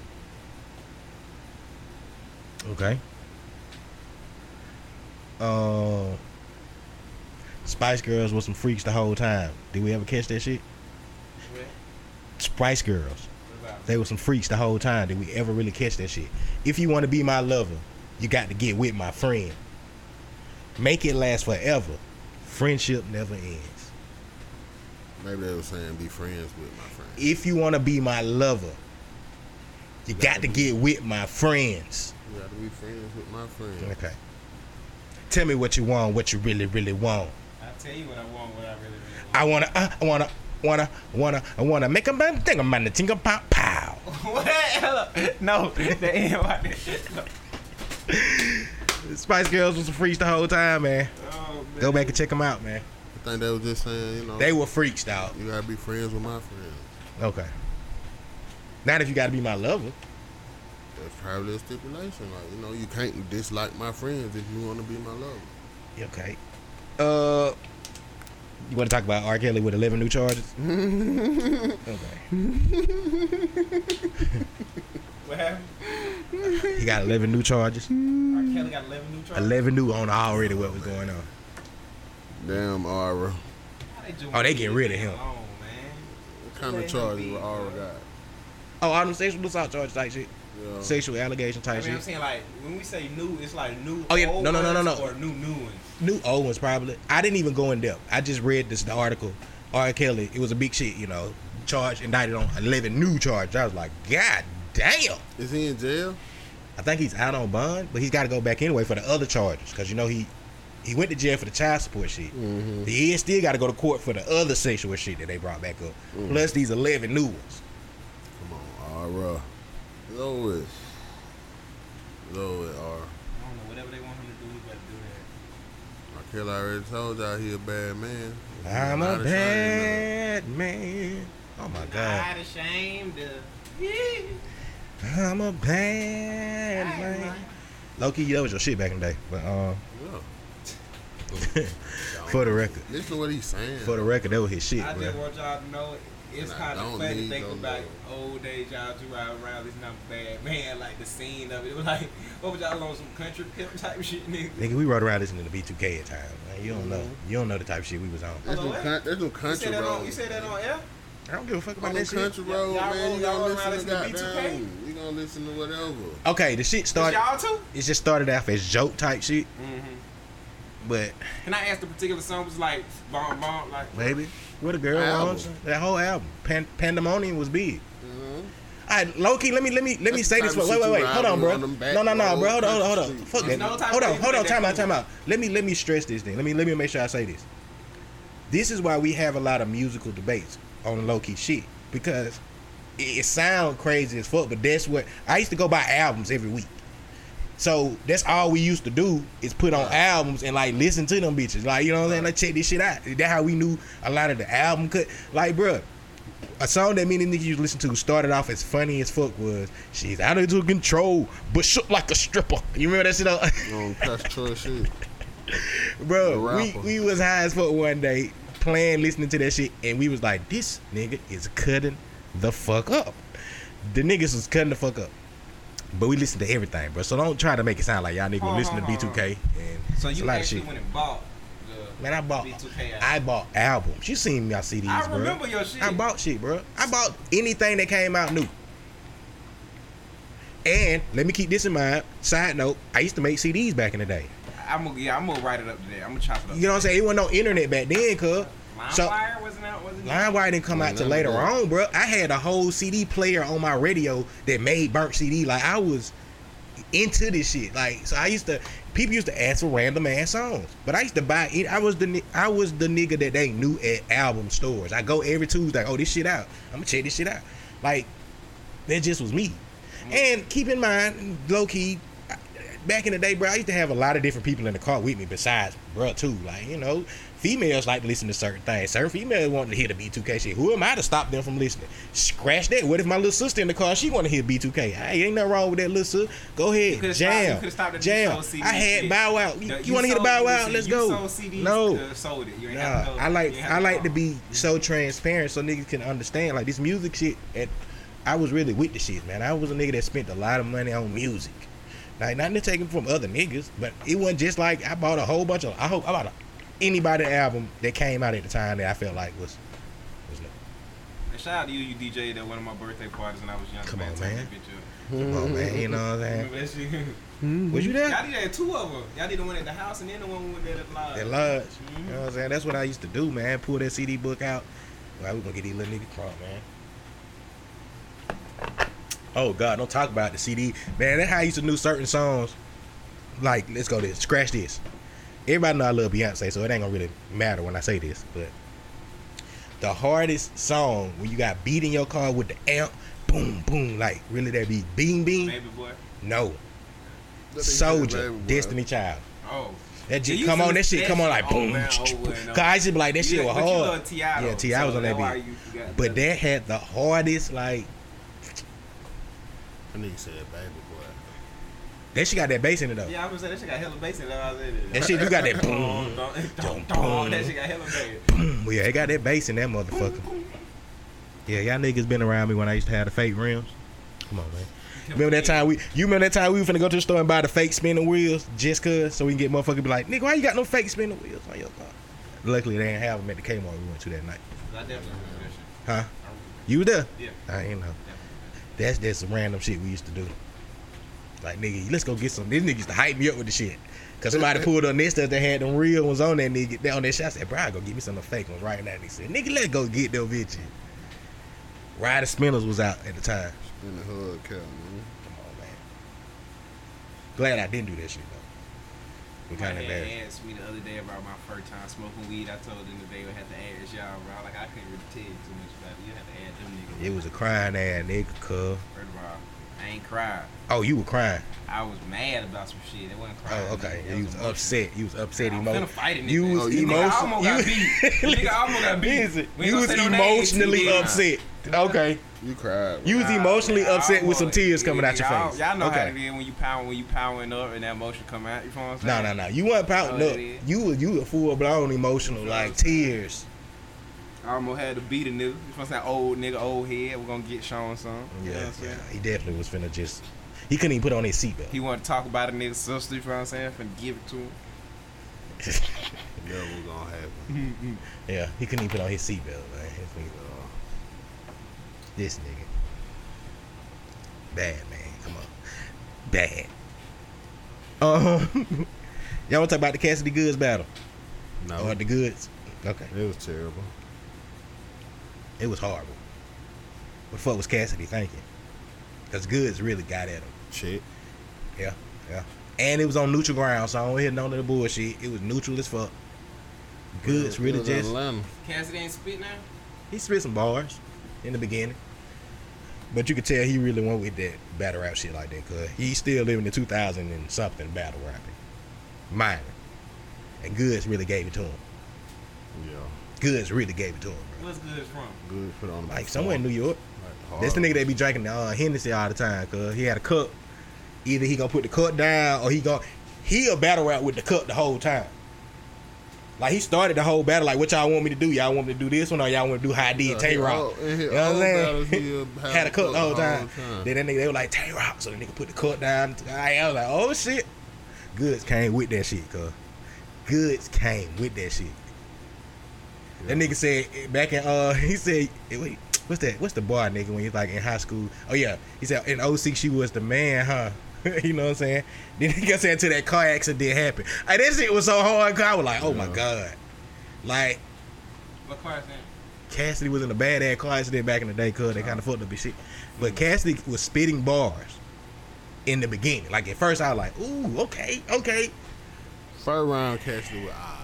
Okay. uh, Spice Girls was some freaks the whole time. Did we ever catch that shit? Spice Girls. They were some freaks the whole time. Did we ever really catch that shit? If you want to be my lover, you got to get with my friend. Make it last forever. Friendship never ends. Maybe they were saying be friends with my friend. If you want to be my lover, you got to get with my friends. You gotta be friends with my friend. Okay. Tell me what you want, what you really, really want. I tell you what I want, what I really really I wanna, uh, I wanna, wanna, wanna, I wanna make a man think I'm the tingle pow pow. What? Hello. No, that ain't what No. Spice Girls was a freaks the whole time, man. Oh, Go back and check them out, man. I think they was just saying, you know. They were freaks, dog. You gotta be friends with my friends. Okay. Not if you gotta be my lover. That's probably a stipulation. Like, you know, you can't dislike my friends if you want to be my lover. Okay. Uh, you want to talk about R. Kelly with 11 new charges? What happened? He got 11 new charges. R. Kelly got 11 new charges. 11 new on already what was going on. Damn, Aura. Oh, they getting rid of him. Oh, man. What kind of charges with Aura got? Oh, all them sexual assault charges type shit. Yeah. Sexual allegation I type mean, I'm shit. saying like when we say new, it's like new. Oh, yeah. old No, no, no, no, ones no. Or new new ones. New old ones probably. I didn't even go in depth. I just read this the article. R. Kelly, it was a big shit, you know. Charged, indicted on 11 new charges. I was like, God damn. Is he in jail? I think he's out on bond, but he's got to go back anyway for the other charges because you know he he went to jail for the child support shit. He is still got to go to court for the other sexual shit that they brought back up. Mhm. Plus these eleven new ones. Come on, Aura. Low it. Low it, Aura. I don't know whatever they want him to do, he better do that. R. Kelly already told y'all he a bad man. I'm Not a ashamed of it. bad man. Oh my god. Not ashamed of. I'm a bad man. Loki, that was your shit back in the day, but uh, Yeah. for the record, Listen to what he's saying. for the record, that was his shit, I bro. just want y'all to know And it's I kind of don't funny to need think no about old day jobs you ride around. It's not bad, man. Like the scene of it, it was like what was y'all on some country pimp type shit, nigga. Nigga, we rode around listening to B2K at times. man. You don't know, you don't know the type of shit we was on. There's no, Hello, con- there's no You said country that on, you road. said that on air. I don't give a fuck On about the that shit. country road, Y'all roll- man, you y'all gonna roll listen around to listening to B2K? goddamn. You gonna listen to whatever. Okay, the shit It's started. y'all too. It just started off as joke type shit, Mm-hmm. but And I asked the particular song was like bomb bomb like. Baby. What a girl Album. wants. That whole album. Pan- Pandemonium was big. Mhm. All right, low key, let me let me let me That's say the this. type Wait, of wait, shit wait, you wait. ride Hold on, on bro. them back No, no, no, roads, bro. Hold on, hold on, hold on. country streets. Fuck There's that. no type Hold of on, shit hold on. that Time they out, time out. Let me let me stress this thing. Let me let me make sure I say this. This is why we have a lot of musical debates on low key shit because it, it sounds crazy as fuck, but that's what I used to go buy albums every week. So that's all we used to do is put on albums and like listen to them bitches. Like, you know what I'm saying? Like check this shit out. That how we knew a lot of the album cut. Like, bruh, a song that many niggas used to listen to started off as funny as fuck was She's out of control, but shook like a stripper. You remember that shit though? You gonna catch your shit. The Bro, we, rapper. we was high as fuck one day playing, listening to that shit, and we was like, this nigga is cutting the fuck up. The niggas was cutting the fuck up. But we listened to everything, bro. So don't try to make it sound like y'all niggas Hold on, listen to hold on, B2K. And So it's you a lot of actually shit. went and bought the Man, I bought B2K album. I bought albums. You seen my CDs, I bro. remember your shit. I bought shit, bro. I bought anything that came out new. And let me keep this in mind. Side note, I used to make CDs back in the day. I'm gonna yeah, I'm gonna write it up today. I'm gonna chop it up. You know what I'm saying? It wasn't no internet back then, cuz. So LimeWire wasn't out, wasn't it? LimeWire didn't come out till later on, bro. I had a whole CD player on my radio that made burnt CD. Like I was into this shit. Like so, I used to people used to ask for random ass songs, but I used to buy. it. I was the ni- I was the nigga that they knew at album stores. I go every Tuesday. Oh, this shit out. I'm gonna check this shit out. Like that just was me. And keep in mind, low key, I- back in the day, bro, I used to have a lot of different people in the car with me besides bro too. Like you know, females like to listen to certain things. Certain females want to hear the B2K shit. Who am I to stop them from listening? Scratch that. What if my little sister in the car? She want to hear B2K. Hey, ain't nothing wrong with that, little sister. Go ahead, could've stopped- you jam, could've stopped at the jam. sold CD I had shit. Bow Wow. You, The- want to hear the sold- Bow Wow? listen, Let's you go. Sold CDs, no, could've sold it. You ain't have to Nah, go- I like you ain't have I to like go. to be so transparent so niggas can understand. Like this music shit, and I was really with the shit, man. I was a nigga that spent a lot of money on music. Like not to take it from other niggas, but it wasn't just like I bought a whole bunch of. I hope I bought a, anybody album that came out at the time that I felt like was was new. And shout out to you, you DJ at one of my birthday parties when I was young. Come on, Take man. that bitch up. Come on, man. You know what I'm saying? Remember that shit? Was you there? Y'all did that two of them. Y'all did the one at the house and then the Mm-hmm. one with that live. At lodge. You know what I'm saying? That's what I used to do, man. Pull that CD book out. Well, we gonna get these little niggas crunk, man. Oh God, don't talk about the CD, man. That's how I used to do certain songs. Like, let's go this. Scratch this. Everybody know I love Beyonce, so it ain't gonna really matter when I say this, but the hardest song when you got beat in your car with the amp, boom, boom, like really that beat, beam, beam. Baby boy. No. That nigga said Soldier, Baby Boy. Destiny Child. Oh. That Yeah, shit you come on, used that to- shit come on like over boom. and over and Cause I used to be like that shit Yeah, was but you hard. love T.I. yeah, though, T.I. was so on that that's why beat. you forgot But that had the hardest like I need to say that baby boy. that shit got that bass in it though. Yeah, I was gonna say that shit got hella bass in it. I was in it. That shit, you got that boom, Dun, dun, boom. dun. That shit got hella bass. Boom. Yeah, it got that bass in that motherfucker. Yeah, y'all niggas been around me when I used to have the fake rims. Come on, man. Remember that time we you remember that time we were finna go to the store and buy the fake spinning wheels just cause so we can get motherfucker be like, nigga, why you got no fake spinning wheels on your car? Luckily they didn't have them at the Kmart we went to that night. I definitely remember that shit. Huh? You was there? Yeah. I ain't know. That's that's some random shit we used to do. Like nigga, let's go get some. This nigga used to hype me up with the shit. Cause somebody pulled on this that they had them real ones on that nigga that on that shit. I said, bro, I go get me some of the fake ones right now. And he said, nigga, let's go get them bitches. Rider Spinners was out at the time. In the hood, cow, man. Come on, man. Glad I didn't do that shit though. We My kind of dad embarrassed. asked me the other day about my first time smoking weed. I told them that they would have to ask y'all, bro. Like I couldn't really tell you too much about it. You have to ask them niggas. It was a crying ass nigga, cuz. First of all, I ain't cried. Oh, you were crying. I was mad about some shit. It wasn't crying. Oh, okay. You was upset. You was upset. I'm emo- finna fight a nigga. You was Nigga, I almost got emotional. beat. Nigga, I almost got beat. Listen, We ain't you gonna was say no names, emotionally nigga. upset. Okay. You cried. You was Nah, emotionally man, I upset with some almost- tears coming out your y'all- face. Y'all know how okay. it is when you power when you powering up and that emotion come out. You know what I'm No, saying? no, no. You weren't pouting Know what up. it is. You were you were full blown emotional, like tears. I almost had to beat a nigga. You know what I'm saying? Old nigga, old head. We're gonna get Sean some. You know what Yeah, I'm saying? yeah. He definitely was finna just. He couldn't even put on his seatbelt. He wanted to talk about a nigga's sister. You know what I'm saying? Finna give it to him. Never gonna happen. Yeah, he couldn't even put on his seatbelt. Man. This nigga, uh, this nigga, bad man. Come on, bad. Uh, y'all want to talk about the Cassidy Goods battle? No. Or the Goods? Okay, Oh, It was terrible. it was horrible. What the fuck was Cassidy thinking? Cause Goods really got at him. Shit. Yeah, yeah. And it was on neutral ground, so I don't hear none of the bullshit. It was neutral as fuck. Goods It really was just Atlanta. Cassidy ain't spit now. He spit some bars in the beginning. But you could tell he really went with that battle rap shit like that because he's still living the 2000 and something battle rapping. Minor. And Goods really gave it to him. Yeah. Goods really gave it to him. What's good from? Good. Put on a Like performance. somewhere in New York. Hard. That's the nigga that be drinking the uh, Hennessy all the time because he had a cup. Either he gonna put the cup down or he gonna he'll battle rap with the cup the whole time. Like he started the whole battle like what y'all want me to do? Y'all want me to do this one or y'all want me to do how I did Tay Rock? Oh, and he- You know what I'm all saying? battles, he'll have had a cup the whole time. time. Then that nigga they were like Tay Rock, so the nigga put the cup down. I was like, oh shit. Goods came with that shit, cuz. Goods came with that shit. That nigga said eh, back in uh he said eh, wait what's that what's the bar nigga when he's like in high school oh yeah he said in 06 she was the man huh you know what I'm saying then he got said until that car accident happened and that shit was so hard 'cause I was like oh my god like What car's name? Cassidy was in a bad ass car accident back in the day, cuz they kind of fucked up his shit. But Cassidy was spitting bars in the beginning. Like at first, I was like, ooh, okay, okay. First round Cassidy with eye.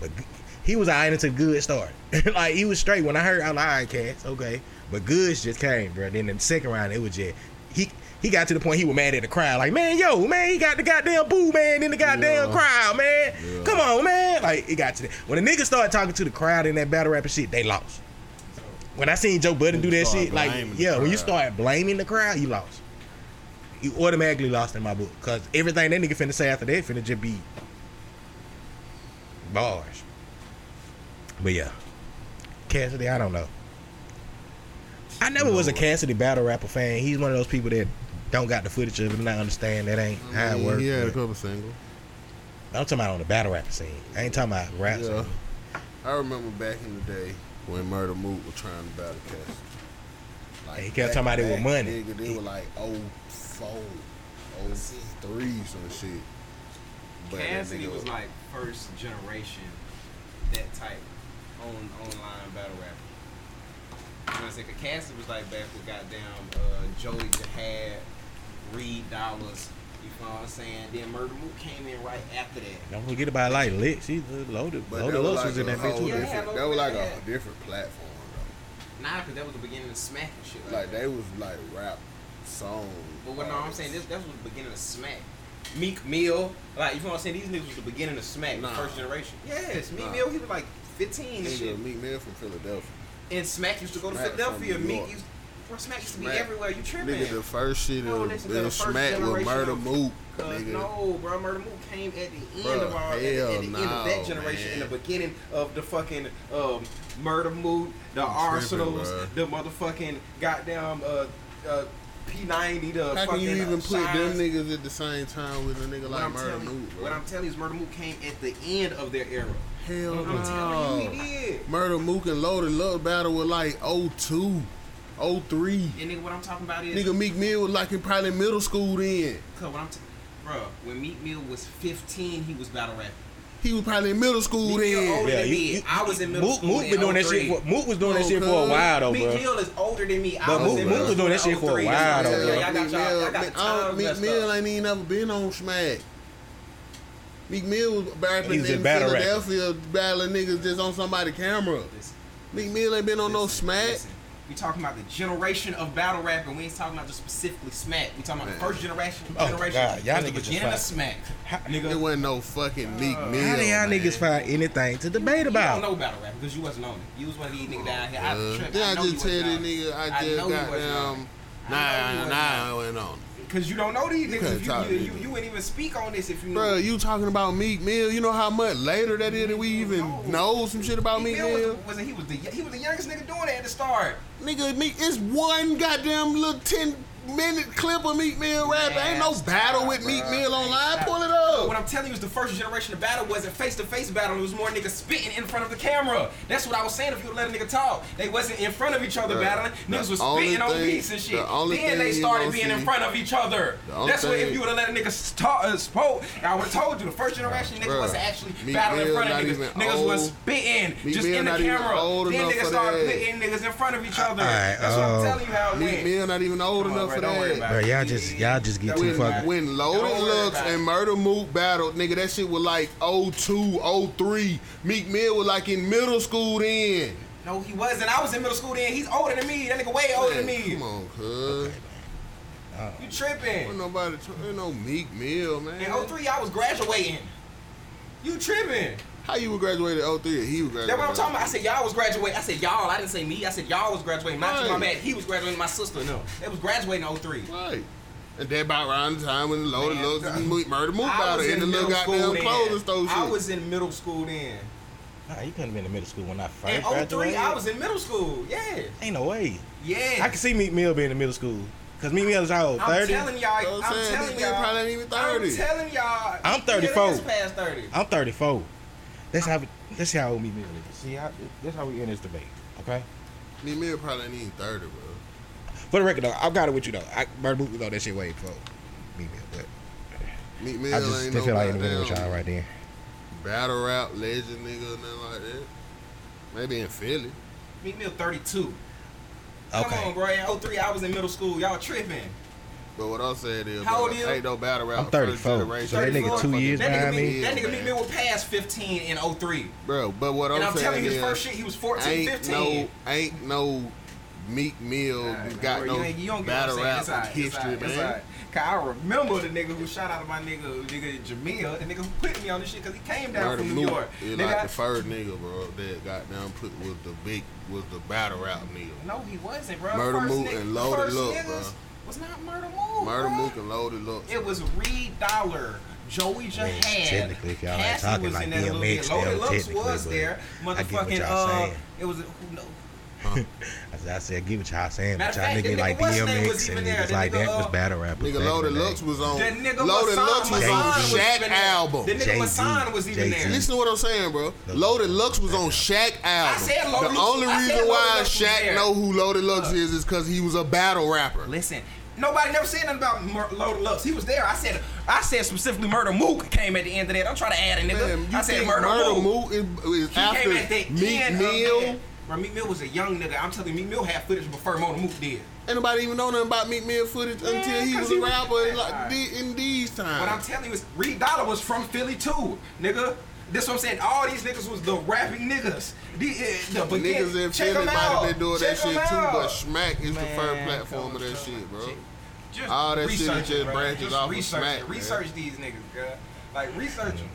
But g- he was all right until Good started. like he was straight. When I heard, I was like, all right, Cass, okay. But Goods just came, bro. Then in the second round, it was just, he he got to the point he was mad at the crowd. Like, man, yo, man, he got the goddamn boo, man, in the goddamn Yeah. crowd, man. Yeah. Come on, man. Like, it got to that. When the niggas started talking to the crowd in that battle rap and shit, they lost. When I seen Joe Budden do When you that start shit, like, blaming the yeah, when you crowd. start blaming the crowd, you lost. You automatically lost in my book. Because everything that nigga finna say after that finna just be bars. But yeah, Cassidy, I don't know. I never was a Cassidy battle rapper fan. He's one of those people that Don't got the footage of it, and I understand that ain't how it mean, works. he had a but- couple singles. I'm talking about on the battle rap scene. I ain't talking about rap Yeah. scene. I remember back in the day when Murder Moot was trying to battle Cassidy. He kept talking about it with back, money. Nigga, they were like oh, 04, 03, some shit. that Cassidy nigga- was like first generation that type on online battle rapper. You know what I'm saying? 'Cause Cassidy was like back with goddamn uh, Joey Jihad, Reed Dollars. You know what I'm saying? Then Murder Mook came in right after that. Don't forget about like licks. He loaded, But loaded that was Lux like was in a that bitch whole too. different- that was like a different platform. Nah, because that was the beginning of Smack and shit. Like uh, they was like rap songs. But what no, I'm saying this that was the beginning of Smack. Meek Mill, like you know what I'm saying? These niggas was the beginning of Smack, the Nah. first generation. Yes, Meek Nah. Mill, he was like 15 and shit. Nigga, Meek Mill from Philadelphia. And Smack used to go to Smack from Philadelphia. New Meek York. used, bro, Smack used to be Smack. everywhere. You tripping? Nigga, the first shit No, is listen to the been first smacked with generation Murder of- Mook, Cause nigga. no, bro, Murder Mook came at the end Bruh, of our, at, the- hell at the end of no, that generation, man. in the beginning of the fucking um, Murder Mook, the Arsenals, bruh. the motherfucking goddamn uh, uh, P90, the How can fucking you uh, even put them Shines. niggas at the same time with a nigga What like I'm, Murder telling, you- Mook, bro? what I'm telling you is Murder Mook came at the end of their era. Hell I'm no. telling you, he did. Murder Mook and Loaded Love battle with like 02, 03. And nigga, what I'm talking about is Nigga Meek Mill was like in probably middle school then. Cause when I'm, t- bro, when Meek Mill was 15, he was battle rapping. He was probably in middle school Meek Mill then. older than me. I was in middle Mook- school. Mook in been doing that shit 03. for- Mook was doing that shit for a while, though, Meek bro. Mill is older than me. I But was Mook- in Mook middle was doing that school shit for a in 03. while, though, bro. Y'all got y'all, y'all Meek- got I don't- time Meek messed Mill up. ain't even never been on Smack. Meek Mill was rapping He's a in battle rapper. Philadelphia, battling niggas just on somebody's camera. Meek Mill ain't been on no Smack. We talking about the generation of battle rap, and we ain't talking about just specifically smack. We talking about the first generation, Oh, generation, God, y'all at the niggas is beginning of fucked. smack. It wasn't no fucking Meek Uh, Mill. How do y'all man. niggas find anything to debate You about? don't know battle rap because you wasn't on it. You was one of these niggas down here. I, Uh, tripped. then I, know just you tell that wasn't on it. nigga I I just know you got wasn't on them. I know you Nah, wasn't nah, I went on. Cause you don't know these You niggas. couldn't You, talk you, to you, me. you wouldn't even speak on this if you. Bro, you talking about Meek Mill? You know how much later that is that we even know some shit about Meek Meek Mill was, Mill? the- was, the- he was the he was the youngest nigga doing that at the start. Nigga, Meek, it's one goddamn little 10 minute clip of Meek Mill rap. Ain't no battle with Meek Mill online. Pull it up. What I'm telling you is the first generation of battle wasn't face to face battle. It was more niggas spitting in front of the camera. That's what I was saying. If you let a nigga talk, they wasn't in front of each other Bruh, battling. the Niggas was only spitting on thing- beats and the shit. only then thing they you started gonna being in see- front of each other. The only That's what if thing- you would have let a nigga talk, uh, spoke. I would have told you the first generation niggas Bruh, wasn't actually Meek battling in Mill front of not niggas. even Niggas was old. spitting Meek just Mill in the not even old camera. Then enough niggas for started that. putting niggas in front of each other. right, That's what uh, I'm telling you how it Meek went. Mill not even old enough for bro, don't worry that. about Bro, y'all just y'all just get too When, fucking. when Loaded Lux and Murder Mook battled, nigga, that shit was like 02, 03. Meek Mill was like in middle school then. No, he wasn't. I was in middle school then. He's older than me. That nigga way older than Man, me. Come on, cuz. You tripping? Ain't nobody, tr- ain't no Meek Mill, man. In 03, I was graduating. You tripping? How you were graduated in 03? He was graduated. oh That's what I'm talking about. I said y'all was graduating. I said y'all. I didn't say me. I said y'all was graduating. Not you, my Right. bad. He was graduating. My sister. No, they was graduating in 03. Right. And that about around the time when the Loaded Man, Lux bro. and Meek Murder Mook I battled was in the little middle school goddamn then. clothing store shit. I was in middle school then. Nah, you couldn't have been in middle school when I In first 03, graduated. I was in middle school. Yeah. Ain't no way. Yeah. I can see Meek Mill being in middle school because Meek Mill is how old? I'm Thirty. telling y'all. Know what I'm I'm saying? telling This man y'all. probably ain't even 30. I'm telling y'all. I'm Yeah, that 34. is past 30. I'm 34. That's how that's how old Meek Mill is. See, I, that's how we end this debate. Okay. Meek Mill probably ain't even 30, bro. For the record, though, I've got it with you though. I Murder Mook was on that shit way before Meek Mill, but Meek Mill I just ain't they no feel like in the middle with goddamn y'all right there. battle rap legend nigga or nothing like that. Maybe in Philly. Meek Mill 32. Okay. Come on, bro. In 03, I was in middle school. Y'all tripping. But what I'm saying is, How old bro, you? ain't no battle rap. I'm first 34, generation. so that nigga 34. two years that nigga behind Meek- me. That Yeah, nigga Meek man. Mill was past 15 in 03. Bro, but what And I'm saying telling you, his is, first shit, he was 14, ain't 15. No, ain't no Meek Mill got Bro, no you, ain't- you don't get battle what I'm rap saying. It's all history, right, it's all right, it's all man. right. Cause I remember the nigga who shot out of my nigga, nigga Jamil, the nigga who put me on this shit because he came down Murder from New Mook York. is Nigga, like I- the first nigga, bro, that got down put was the big was the battle rap nigga. no, he wasn't, bro. Murder first Mook nigga- and Loaded first Look, niggas bro. Was not Murder Mook. Murder bro. Mook and Loaded Look. It was Reed Dollar, Joey Jahad. technically, if y'all ain't Cassie talking was like in that DMX, little bit. Loaded though, Lux technically, was but there. I get what Motherfucking, y'all uh, saying. it was who know. I said, I said, give it y'all saying, but Matter y'all of fact, nigga the like nigga what's name was DMX and even there, niggas the like nigga, that was uh, battle rappers. Nigga, back in Loaded the day. Lux was on. That nigga Loaded Masan Lux was was on even there. Shaq The nigga album. Masan was even there. Listen to what I'm saying, bro. Loaded Lux was on Shaq album. said Loaded the Lux- only I said reason Loaded why Lux was Shaq there. know who Loaded Lux is is because he was a battle rapper. Listen, Nobody never said nothing about Mur- Loaded Lux. He was there. I said, I said specifically Murder Mook came at the end of that. I'm trying to add a nigga. Man, you I said think Murder, Murder Mook. Mook is, is he after came at the Meek end Mill? of that. Bro, Meek Mill was a young nigga. I'm telling you, Meek Mill had footage before Murder Mook did. Ain't nobody even know nothing about Meek Mill footage until he 'cause was he a was- rapper in, like, Alright. the- in these times. What I'm telling you is Reed Dollar was from Philly too, nigga. This what I'm saying. All these niggas was the rapping niggas. The, uh, the beginning. Niggas in Check Philly 'em might out. have been doing Check that shit 'em too, out. but Smack is the first Man, platform of come that on, shit, bro. Just All that shit research just it, bro. branches Just off of research Smack, it. man. Research these niggas, girl. Like research them.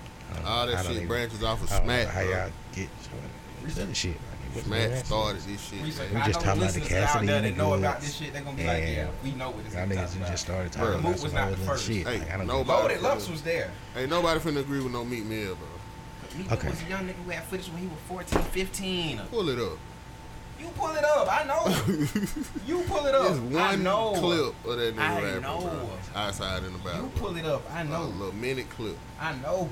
All I that don't shit even- branches off of I don't know Smack. How bro. y'all get some shit? like, what's Smack that? started this shit. Research. We I just know talking about the listeners out Cassidy there and the that know about Goods. this shit. They gonna be like, And yeah, we know what this y'all nigga niggas talking who just started Bro, talking about Mook some was not old the little first. shit. Hey, Like, I don't know. nobody. Loaded Lux was there. Ain't nobody finna agree with no Meek Mill, bro. Meek Okay. Mill was a young nigga who had footage when he was 14, 15. Pull it up. You pull it up. I know. you pull it up. It's one I know. clip of that nigga I rapper, know. bro. Outside in the battle. You bro. pull it up. I A know. little minute clip. I know.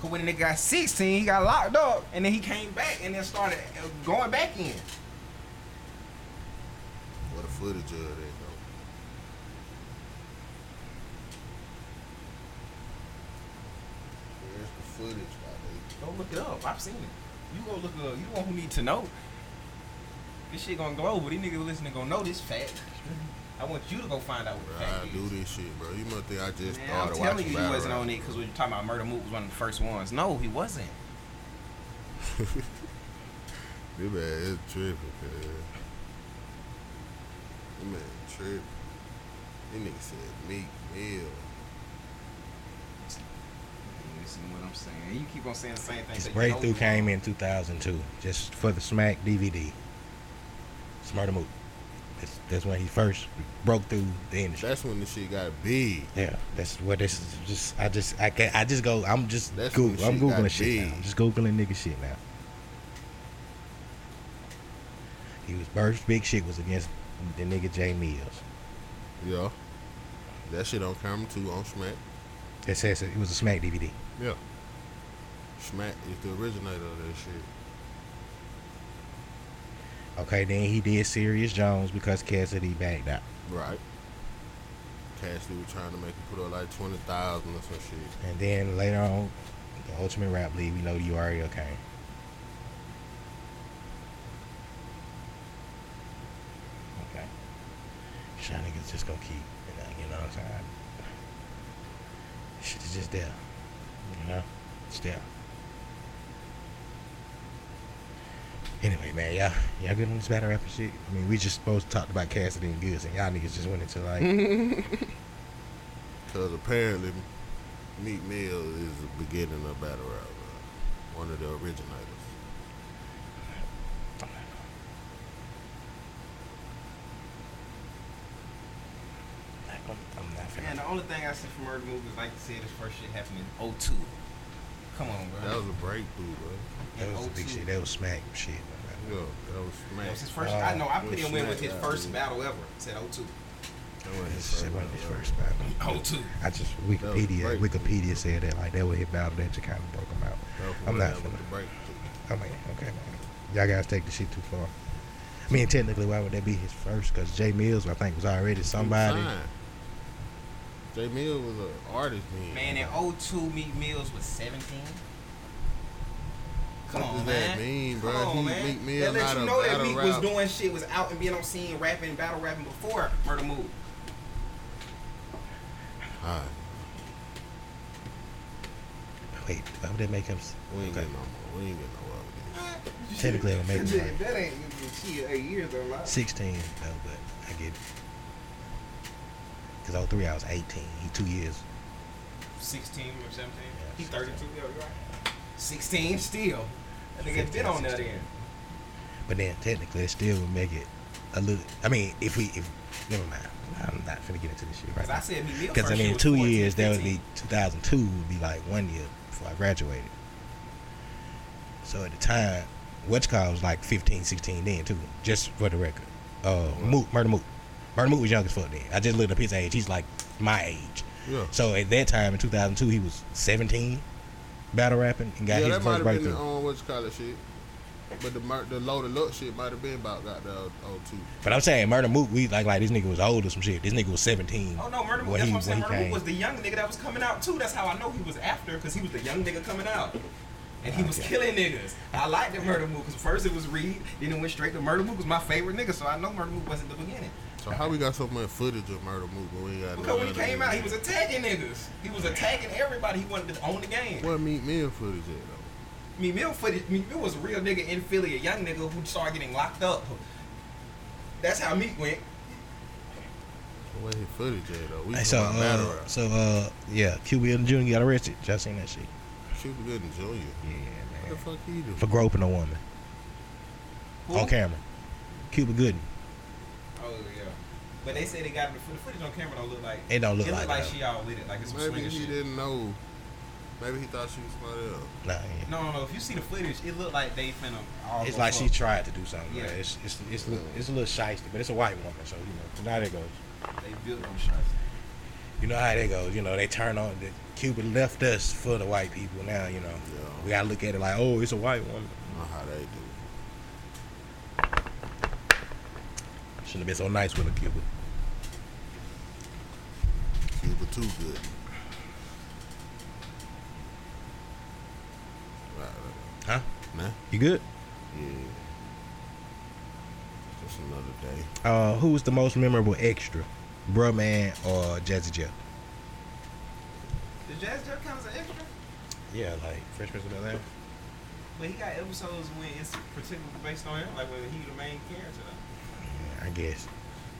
Cause when the nigga got 16, he got locked up, and then he came back and then started uh, going back in. What a footage of that though. Where's the footage, my Go look it up. I've seen it. You go look it up. You the one who need to know. This shit gonna global. These niggas listening gonna know this fact. I want you to go find out what the nigga? I fact is. do this shit, bro. You must think I just started Man, I'm telling watching you, you battle wasn't rap. on it because we were talking about Murder Mook was one of the first ones. No, he wasn't. This man is tripping, man. This man tripping. This nigga said Meek Mill. Listen to what I'm saying. You keep on saying the same thing. His so you know breakthrough you came in 2002, just for the Smack DVD. Smarter move. That's, that's when he first broke through the industry. That's when the shit got big. Yeah, that's what this is. Just I just I can I just go. I'm just That's when Google. I'm shit got googling shit. Now. big. I'm just googling nigga shit now. He was first big shit was against the nigga Jay Mills. Yeah. That shit on camera too on Smack. It says it was a Smack DVD. Yeah. Smack is the originator of that shit. Okay, then he did Serious Jones because Cassidy backed out. Right. Cassidy was trying to make it put up like twenty thousand or some shit. And then later on, the Ultimate Rap League, we know the URL came. Okay. Shy niggas just gonna keep, you know, you know what I'm saying? Shit is just there. You know? It's there. Anyway, man, y'all, y'all good on this battle rapper shit? I mean, we just supposed to talk about Cassidy and Goods, and y'all niggas just went into like, Cause apparently Meek Mill is the beginning of battle rap. bro. One of the originators. I'm not Man, finna. the only thing I see from Murder Mook is like you said, this first shit happened in 02. Come on, bro. That was a breakthrough, bro. That was the big shit. That was smack shit. man. Yeah, that was Smack. That was his first. I know. I put it was him in with Smack his Rap first League. battle ever. Said 02. That wasn't his This first shit wasn't his battle rap. first battle. 02. I just That was Wikipedia great. Wikipedia said that like that was his battle that just kind of broke him out. That was I'm when not that was finna. the breakthrough. I mean, okay, man. Y'all guys take the shit too far. I mean, technically, why would that be his first? Because Jay Mills, I think, was already somebody. He was signed. J Mill was an artist then. Man, in 02, Meek Mills was 17. Come What on, does man. that mean, bro? Come on, He- man. Meek Mill that lets not you a know that battle Meek was rap. doing shit, was out and being on scene rapping, battle rapping before Murder Move. Alright, Wait, why would that make him? s- we ain't Okay. getting no more. We ain't getting no other. Technically, it would make him like that ain't shit. Eight years though, like. 16, though, but I get it. Because 03, I was 18. He two years. 16 or 17. Yeah, He 32. Yeah, you're right. 16 still. That nigga 15, been on that 16. end. But then technically, it still would make it a little. I mean, if we, if never mind, I'm not finna get into this shit right Because I now. said Meek Mill Because I first mean, year was two 14, years that would 15. be 2002 would be like one year before I graduated. So at the time, What's called was like 15, 16 then too. Just for the record, uh, Moot, Murder Moot, Murder Moot was young as fuck then. I just looked up his age. He's like my age. Yeah. So at that time in 2002, he was 17, battle rapping and got yeah, his that first might have been breakthrough. the um, what you call it shit. But the mur- the loaded luck shit might have been about oh that the 02. But I'm saying Murder Moot, we like like this nigga was old or some shit. This nigga was 17. Oh no, Murder Mook. when That's he- what I'm when he saying. Murder Mook came. was the young nigga that was coming out too. That's how I know he was after, cause he was the young nigga coming out. And he was killing niggas. I liked the Murder Mook, cause first it was Reed, then it went straight to Murder Mook was my favorite nigga, so I know Murder Mook wasn't the beginning. So how we got so much footage of Murder Mook, but we ain't got Because when he other came niggas? out, he was attacking niggas. He was attacking everybody. He wanted to own the game. What Meek Mill footage at though? Meek Mill footage. Meek Mill was a real nigga in Philly, a young nigga who started getting locked up. That's how Meek went. What his footage at though? We Hey, talking so about battle uh, rap. so uh, yeah, Q Will Jr. got arrested. Y'all seen that shit Super Good and Junior. Yeah, man. What the fuck he do? for groping a woman on camera. Cuba Gooden. Oh yeah. But they say they got him. The footage on camera don't look like. It don't look it like like that. she all with it. Like it's some Maybe swinger he shit. didn't know. Maybe he thought she was somebody else. Nah, yeah. No, no, no. If you see the footage, it looked like they finna. all It's go like she fuck. tried to do something. Yeah, Yeah. it's it's it's, a little- it's a little shysty, but it's a white woman, so you know. Now there goes. They built them shots. You know how that goes. You know they turn on. The, Cuba left us for the white people. Now you know we gotta look at it like, oh, it's a white woman. Know how they do. Shouldn't have been so nice with a Cuba. Cuba too good. Right, right. Huh? Nah. You good? Yeah. Just another day. Uh, who's the most memorable extra, Bruh Man or Jazzy Jeff? The Jazz Jeff counts as an extra, Yeah, like Fresh Prince of Bel Air. but he got episodes when it's particularly based on him, like when he the main character. I guess.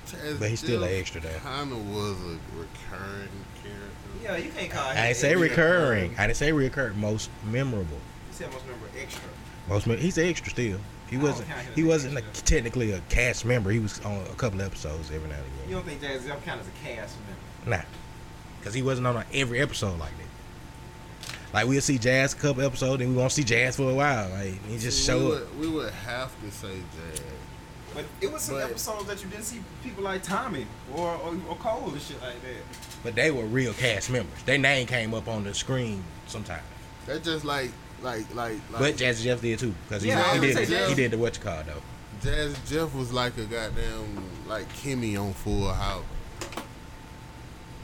Chaz But he's still an Jeff extra though. Kinda was a recurring character. Yeah, you can't call. I him didn't say extra. recurring. I didn't say recurring. Most memorable. You said most member extra. Most mem- he's an extra still. He I don't wasn't. count him He as wasn't a, technically a cast member. He was on a couple episodes every now and again. You don't think Jazz Jeff counts as a cast member? Nah, because he wasn't on like, every episode like that. Like we'll see Jazz a couple episodes, and we won't see Jazz for a while. Like he just we showed up. Would, we would have to say Jazz. But it was some But- episodes that you didn't see people like Tommy or or, or Cole and shit like that. But they were real cast members. Their name came up on the screen sometimes. That's just like, like, like, like. But Jazz Jeff did too, because Yeah, I he, would he say did. He Jeff. did the what you call it, though. Jazz Jeff was like a goddamn like Kimmy on Full House.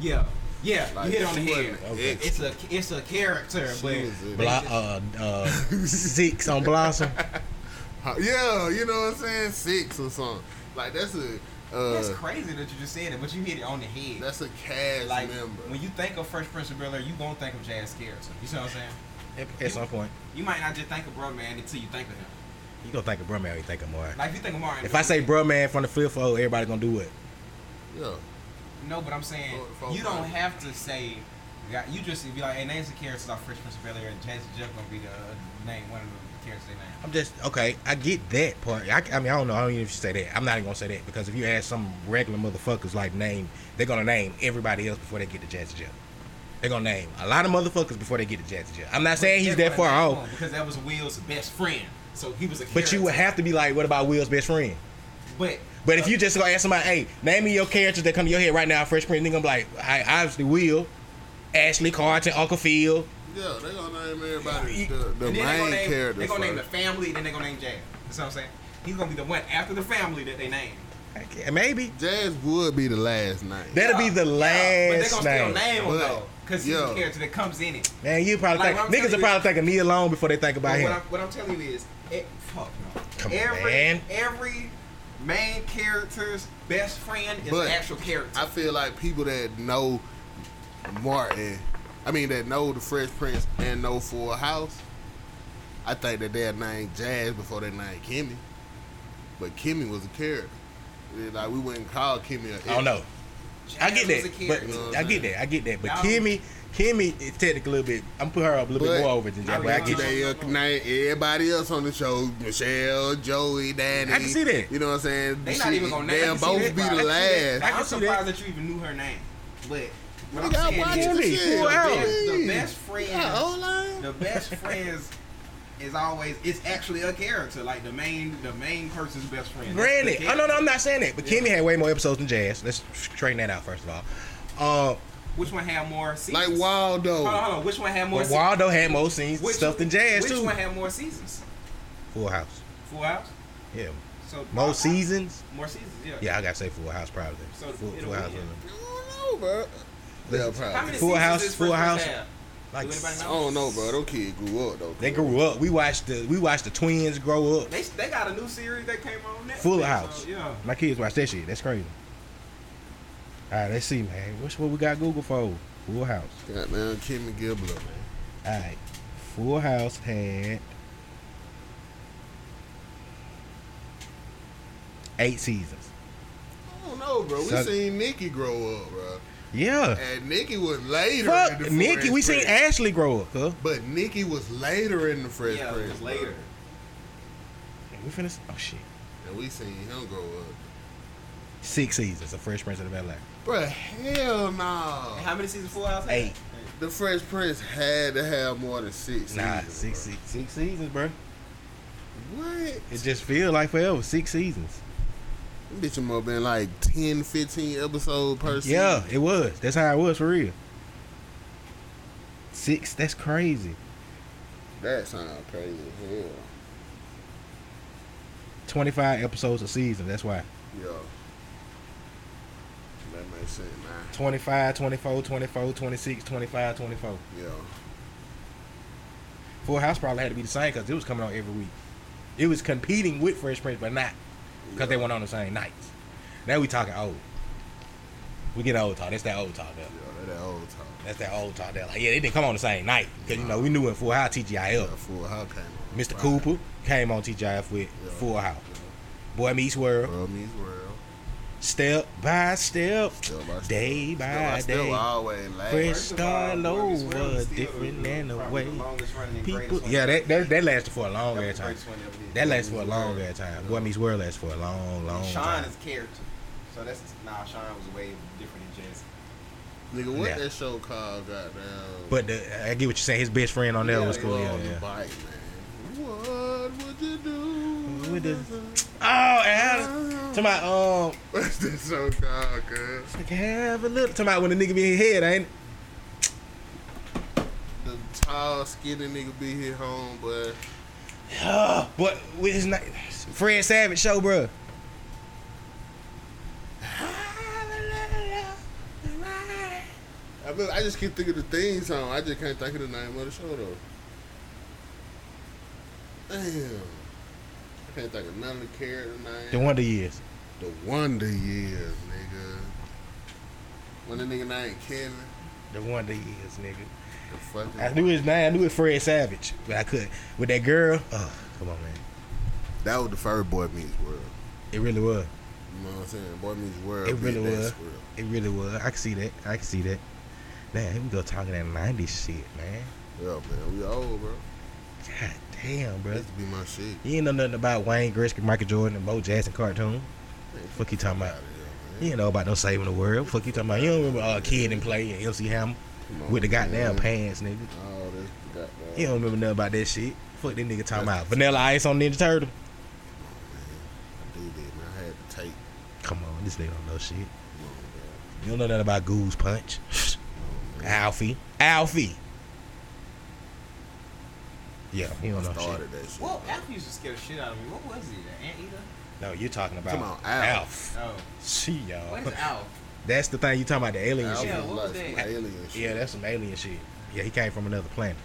Yeah. Yeah, Like, you hit it on the she head. wasn't an It's a it's a character, She but was a- they Bla- just- uh, uh, six on Blossom. How- Yeah, you know what I'm saying? Six or something. Like that's a. Uh, that's crazy that you just said it, but you hit it on the head. That's a cast like member. when you think of Fresh Prince of Bel Air, you gonna think of Jazz Character. You see what I'm saying? At, at some point, You might not just think of Bro Man until you think of him. you gonna think of Bruh Man. You think of more. Like if you think of Martin, If I say Bruh Man from the flip phone, everybody gonna do what? Yeah. no, but I'm saying Fo- fo- you don't have to say. God, You just be like, hey, names the characters off Fresh Prince of Bel Air, and Jazz Jeff gonna be the uh, name one of the characters they name. I'm just okay. I get that part. I, I mean, I don't know. I don't even say that. I'm not even gonna say that because if you ask some regular motherfuckers like name, they're gonna name everybody else before they get to Jazzy Jeff. They're gonna name a lot of motherfuckers before they get to Jazzy Jeff. I'm not saying he's that far Everybody off, because that was Will's best friend, so he was a. but you would character. have to be like, what about Will's best friend? But uh, But if you just gonna ask somebody, hey, name me your characters that come to your head right now, Fresh Prince, they're gonna be like, I obviously Will, Ashley Carlton, Uncle Phil. Yeah, they gonna name everybody the, the and then main they gonna name, character. They gonna name the first. family, then they gonna name Jazz. That's what I'm saying. He's gonna be the one after the family that they name. And maybe Jazz would be the last name. That'll be the but they last gonna name. still name him But- though, cause he's yeah. the character that comes in it. Man, you probably Like, what I'm think niggas telling will you- probably think of me alone before they think about But him. what, I'm, what I'm telling you is, it, fuck no. Come on, every, man. Every main character's best friend is But an actual character. I feel like people that know Martin, I mean that know the Fresh Prince and know Full House, I think that they'll name Jazz before they name Kimmy. But Kimmy was a character. It's Like we wouldn't call Kimmy. I I don't know. I get that, Jazz was a but character. I get that, I get that. But Y'all- Kimmy, Kimmy is technically a little bit. I'm putting her up a little bit more over than Jack, but I get that. They, uh, name everybody else on the show, Michelle, Joey, Danny. I can see that. You know what I'm saying? They Shit, not even gonna name. I They'll can see both that. be I the can see that. last. I'm surprised that you even knew her name, but. What I'm Nigga, I saying watch is, the shit. the best- the Please. best friends, Yeah, O-line. the best friends is always it's actually a character, like the main the main person's best friend. That's Granted, the oh no, no, I'm not saying that. character. But Kimmy had way more episodes than Jazz. Let's straighten that out first of all. Uh, Which one had more seasons? Like Waldo. Hold on, hold on. Which one had more? but se- Waldo had more scenes Which- stuff than Jazz Which too. one had more seasons? Full House. Full House. Yeah. So uh, More seasons. More seasons. Yeah. Yeah, I gotta say Full House probably. So Full, it'll full win. House. No, bro. Yeah, probably. How many Full seasons House, does Full Friends House. have? Like, I don't know, bro. Those kids grew up though. They grew up. We watched the we watched the twins grow up. They, they got a new series that came on Netflix. Full House. So, yeah. My kids watch that shit. That's crazy. All right, let's see, man. What's what we got Google for? Full House. God, man, Kimmy Gibbler, man. All right. Full House had eight seasons. I don't know, bro. We So- seen Nikki grow up, bro. Yeah. And Nikki was later. in Fuck the Nikki. We seen Fresh Ashley grow up, huh? Prince. But Nikki was later in the Fresh Yeah, it Prince. was later. And we finished. Oh shit. bro. And we seen him grow up. Six seasons of Fresh Prince of Bel Air. Bro, hell no. And how many seasons Full House? had? Eight. The Fresh Prince had to have more than six. Nah, seasons, six, bro. six, six seasons, bro. What? It just feels like forever. Six seasons. Bitch, must have been like 10, 15 episodes per season. Yeah, it was. That's how it was for real. Six. That's crazy. That sounds crazy as hell. Twenty-five episodes a season. That's why. Yo. That makes sense, man. 25, 24, 24, 26, 25, 24. Yo. Full House probably had to be the same because it was coming on every week. It was competing with Fresh Prince, but not because they went on the same nights. Now we talking old. We get old talk. That's that old talk there. Yo, that old talk. That's that old talk there. Like, yeah, they didn't come on the same night because you know we knew when Full House TGIF. Full House came on. Mr. Cooper came on TGIF with Full House. Boy Meets World. Boy Meets World. Step by step. Day by Still, I day. still always laugh. Fresh First of start all, Boy Meets World over, is still different than the probably way. the longest running and People, greatest one. yeah, that, that that lasted for a long ass time. greatest one ever did. That lasted for a long ass time. Boy Meets World lasted for a long, long Sean time. is character. So that's nah. Sean was way different than Jazz. Nigga, what Yeah. that show called? Goddamn. But the, I get what you're saying. His best friend on there was cool. Yeah, on the yeah. bike, man. What would you do? With the- oh, and to my um, What's that show called, cuz? I can have a little. To my when the nigga be in his head, ain't. The tall, skinny nigga be hit home, but Uh, but with his night, Fred Savage show, bro. I, mean, I just keep thinking the theme song. I just can't think of the name of the show though. Damn, I can't think of none of the character name. The Wonder Years. The Wonder Years, nigga. When the nigga named Kevin, The Wonder Years, nigga. the fucking. I knew his name. I knew it Fred Savage, but I couldn't. With that girl, oh, come on, man. That was the first Boy Meets World. It really was. You know what I'm saying? Boy Meets World. It beat really that was. squirrel. It really was. I can see that. I can see that. Man, here we go talking that '90s shit, man. Yeah, man. We old, bro. God damn, bro. That used to be my shit. You ain't know nothing about Wayne Gretzky, Michael Jordan, and Bo Jackson cartoon. Man, Fuck you talking about? You ain't know about no saving the world. Fuck you talking about? You don't remember uh, Kid and Play and MC Hammer Come on, with the goddamn man. pants, nigga. Oh, this goddamn. You don't remember nothing about that shit. Fuck that nigga talking about Vanilla Ice on Ninja Turtle. I do that, man. I had to take. Come on, this nigga don't know shit. You don't know nothing about Goose Punch. Alfie. Alfie. Yeah, you don't know started shit. that shit. Well, Alf used to scare the shit out of me. What was it? An anteater? No, you're talking about Come on, Alf. Alf. Oh, See y'all. what is Alf? That's the thing you talking about the alien Alf shit. Yeah, what was was like that? some alien shit. Yeah, that's some alien shit. Yeah, he came from another planet.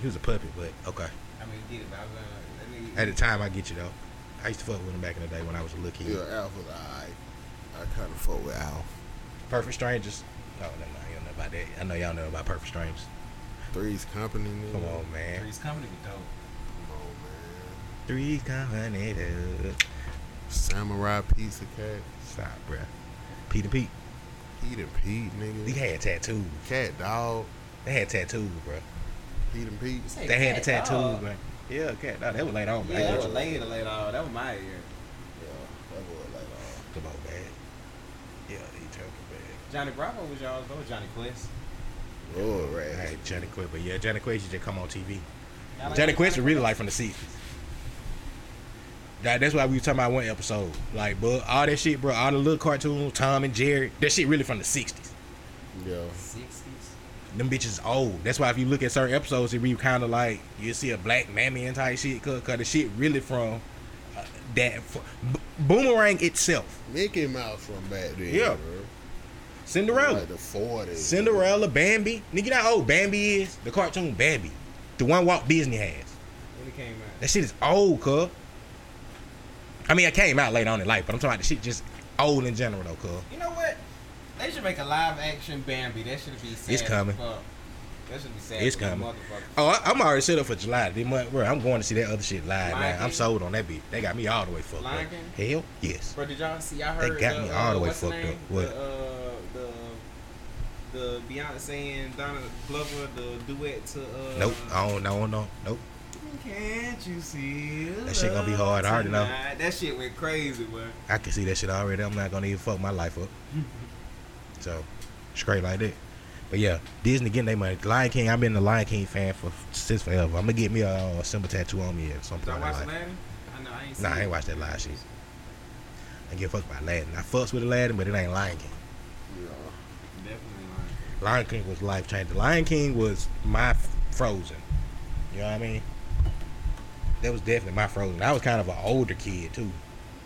He was a puppet, but okay. I mean, he did it, but I was like, that At nigga. the time, I get you though. I used to fuck with him back in the day when I was a little kid. Yeah, Alf was alright. I kind of fuck with Alf. Perfect Strangers. Oh, no, no, you don't know about that. I know y'all know about Perfect Strangers. Three's Company. nigga. Come on, man. Three's Company be dope. Come on, man. Three company. dude. Samurai Pizza Cat. Stop, bruh. Pete and Pete. Pete and Pete, nigga. They had tattoos. Cat Dog. They had tattoos, bruh. Pete and Pete. You say They had the cat tattoos, dog. man. Yeah, cat. No, that was later on. but I Yeah, that get was you. later, later on. That was my year. Yeah, that boy like, uh, Come on, man. Yeah, he talking Johnny Bravo was y'all's. That was Johnny Quest. Lord, bad. right. Hey, Johnny Quay, but yeah, Johnny Quay should just come on TV. Jalen Quincy really like from the season. That, that's why we were talking about one episode. Like, but all that shit, bro, all the little cartoons, Tom and Jerry, that shit really from the 60s. Yeah. Them bitches old. That's why if you look at certain episodes, it be kind of like, you see a black mammy and type shit, because the shit really from uh, that. f- B- boomerang itself. Mickey Mouse from back then. Yeah. bro. Cinderella. Like the 40s. Cinderella, Bambi. Nigga, you know how old Bambi is? The cartoon Bambi. The one Walt Disney has. When it came out. That shit is old, cuz. I mean, it came out later on in life, but I'm talking about the shit just old in general, though, cuz. You know what? They should make a live action Bambi. That should be sad. It's coming. as fuck. That should be sad. It's as a coming. motherfucker. Oh, I, I'm already set up for July this month, bro. I'm going to see that other shit live, Lion man. I'm King? sold on that bitch. They got me all the way fucked Lion up. King? Hell, yes. Bro, did y'all see? I They heard got the, me all the uh, way what's fucked name? up. What? The, uh, the the Beyonce and Donna Glover the duet to. Uh, Nope. I don't, I don't know. Nope. Can't you see? That shit gonna be love hard, I already know. tonight? That shit went crazy, bro. I can see that shit already. I'm not gonna even fuck my life up. so straight like that. But yeah, Disney getting their money. Lion King. I've been a Lion King fan for since forever. I'm gonna get me a, uh Simba tattoo on me at some Did point. y'all in watch life. Aladdin? I know I ain't. Nah, seen I it. ain't watched that live shit. I get fucked by Aladdin. I fucks with Aladdin, but it ain't Lion King. Definitely not. Lion King was life changing. Lion King was my f- Frozen. You know what I mean? That was definitely my Frozen. I was kind of an older kid too.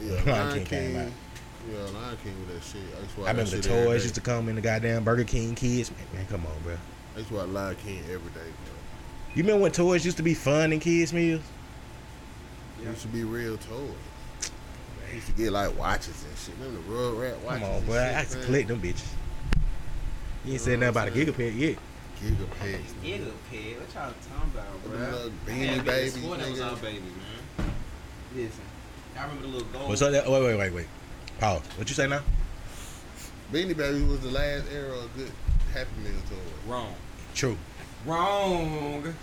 Yeah, Lion Lion King came King. out. Yeah, Lion King with that shit. I used to watch I remember that the shit every toys day. used to come in the goddamn Burger King kids. Man, man, come on, bro. I used to watch Lion King every day, bro. You remember when toys used to be fun in kids' meals? It used to be real toys. I used to get like watches and shit. Remember the Rug Rat watches? Come on, and bro. shit, I used to man? collect them bitches. You ain't said nothing about a gigapet yet. Gigapet. Giggle pig. What y'all talking about, bro? Them little beanie Damn, nigga, babies, swore that was nigga. our babies, man. Listen, I remember the little gold. What's up? There? Oh, Wait, wait, wait, wait. Pause. What you say now? Beanie Babies was the last era of good Happy Meal toys. Wrong. True. Wrong.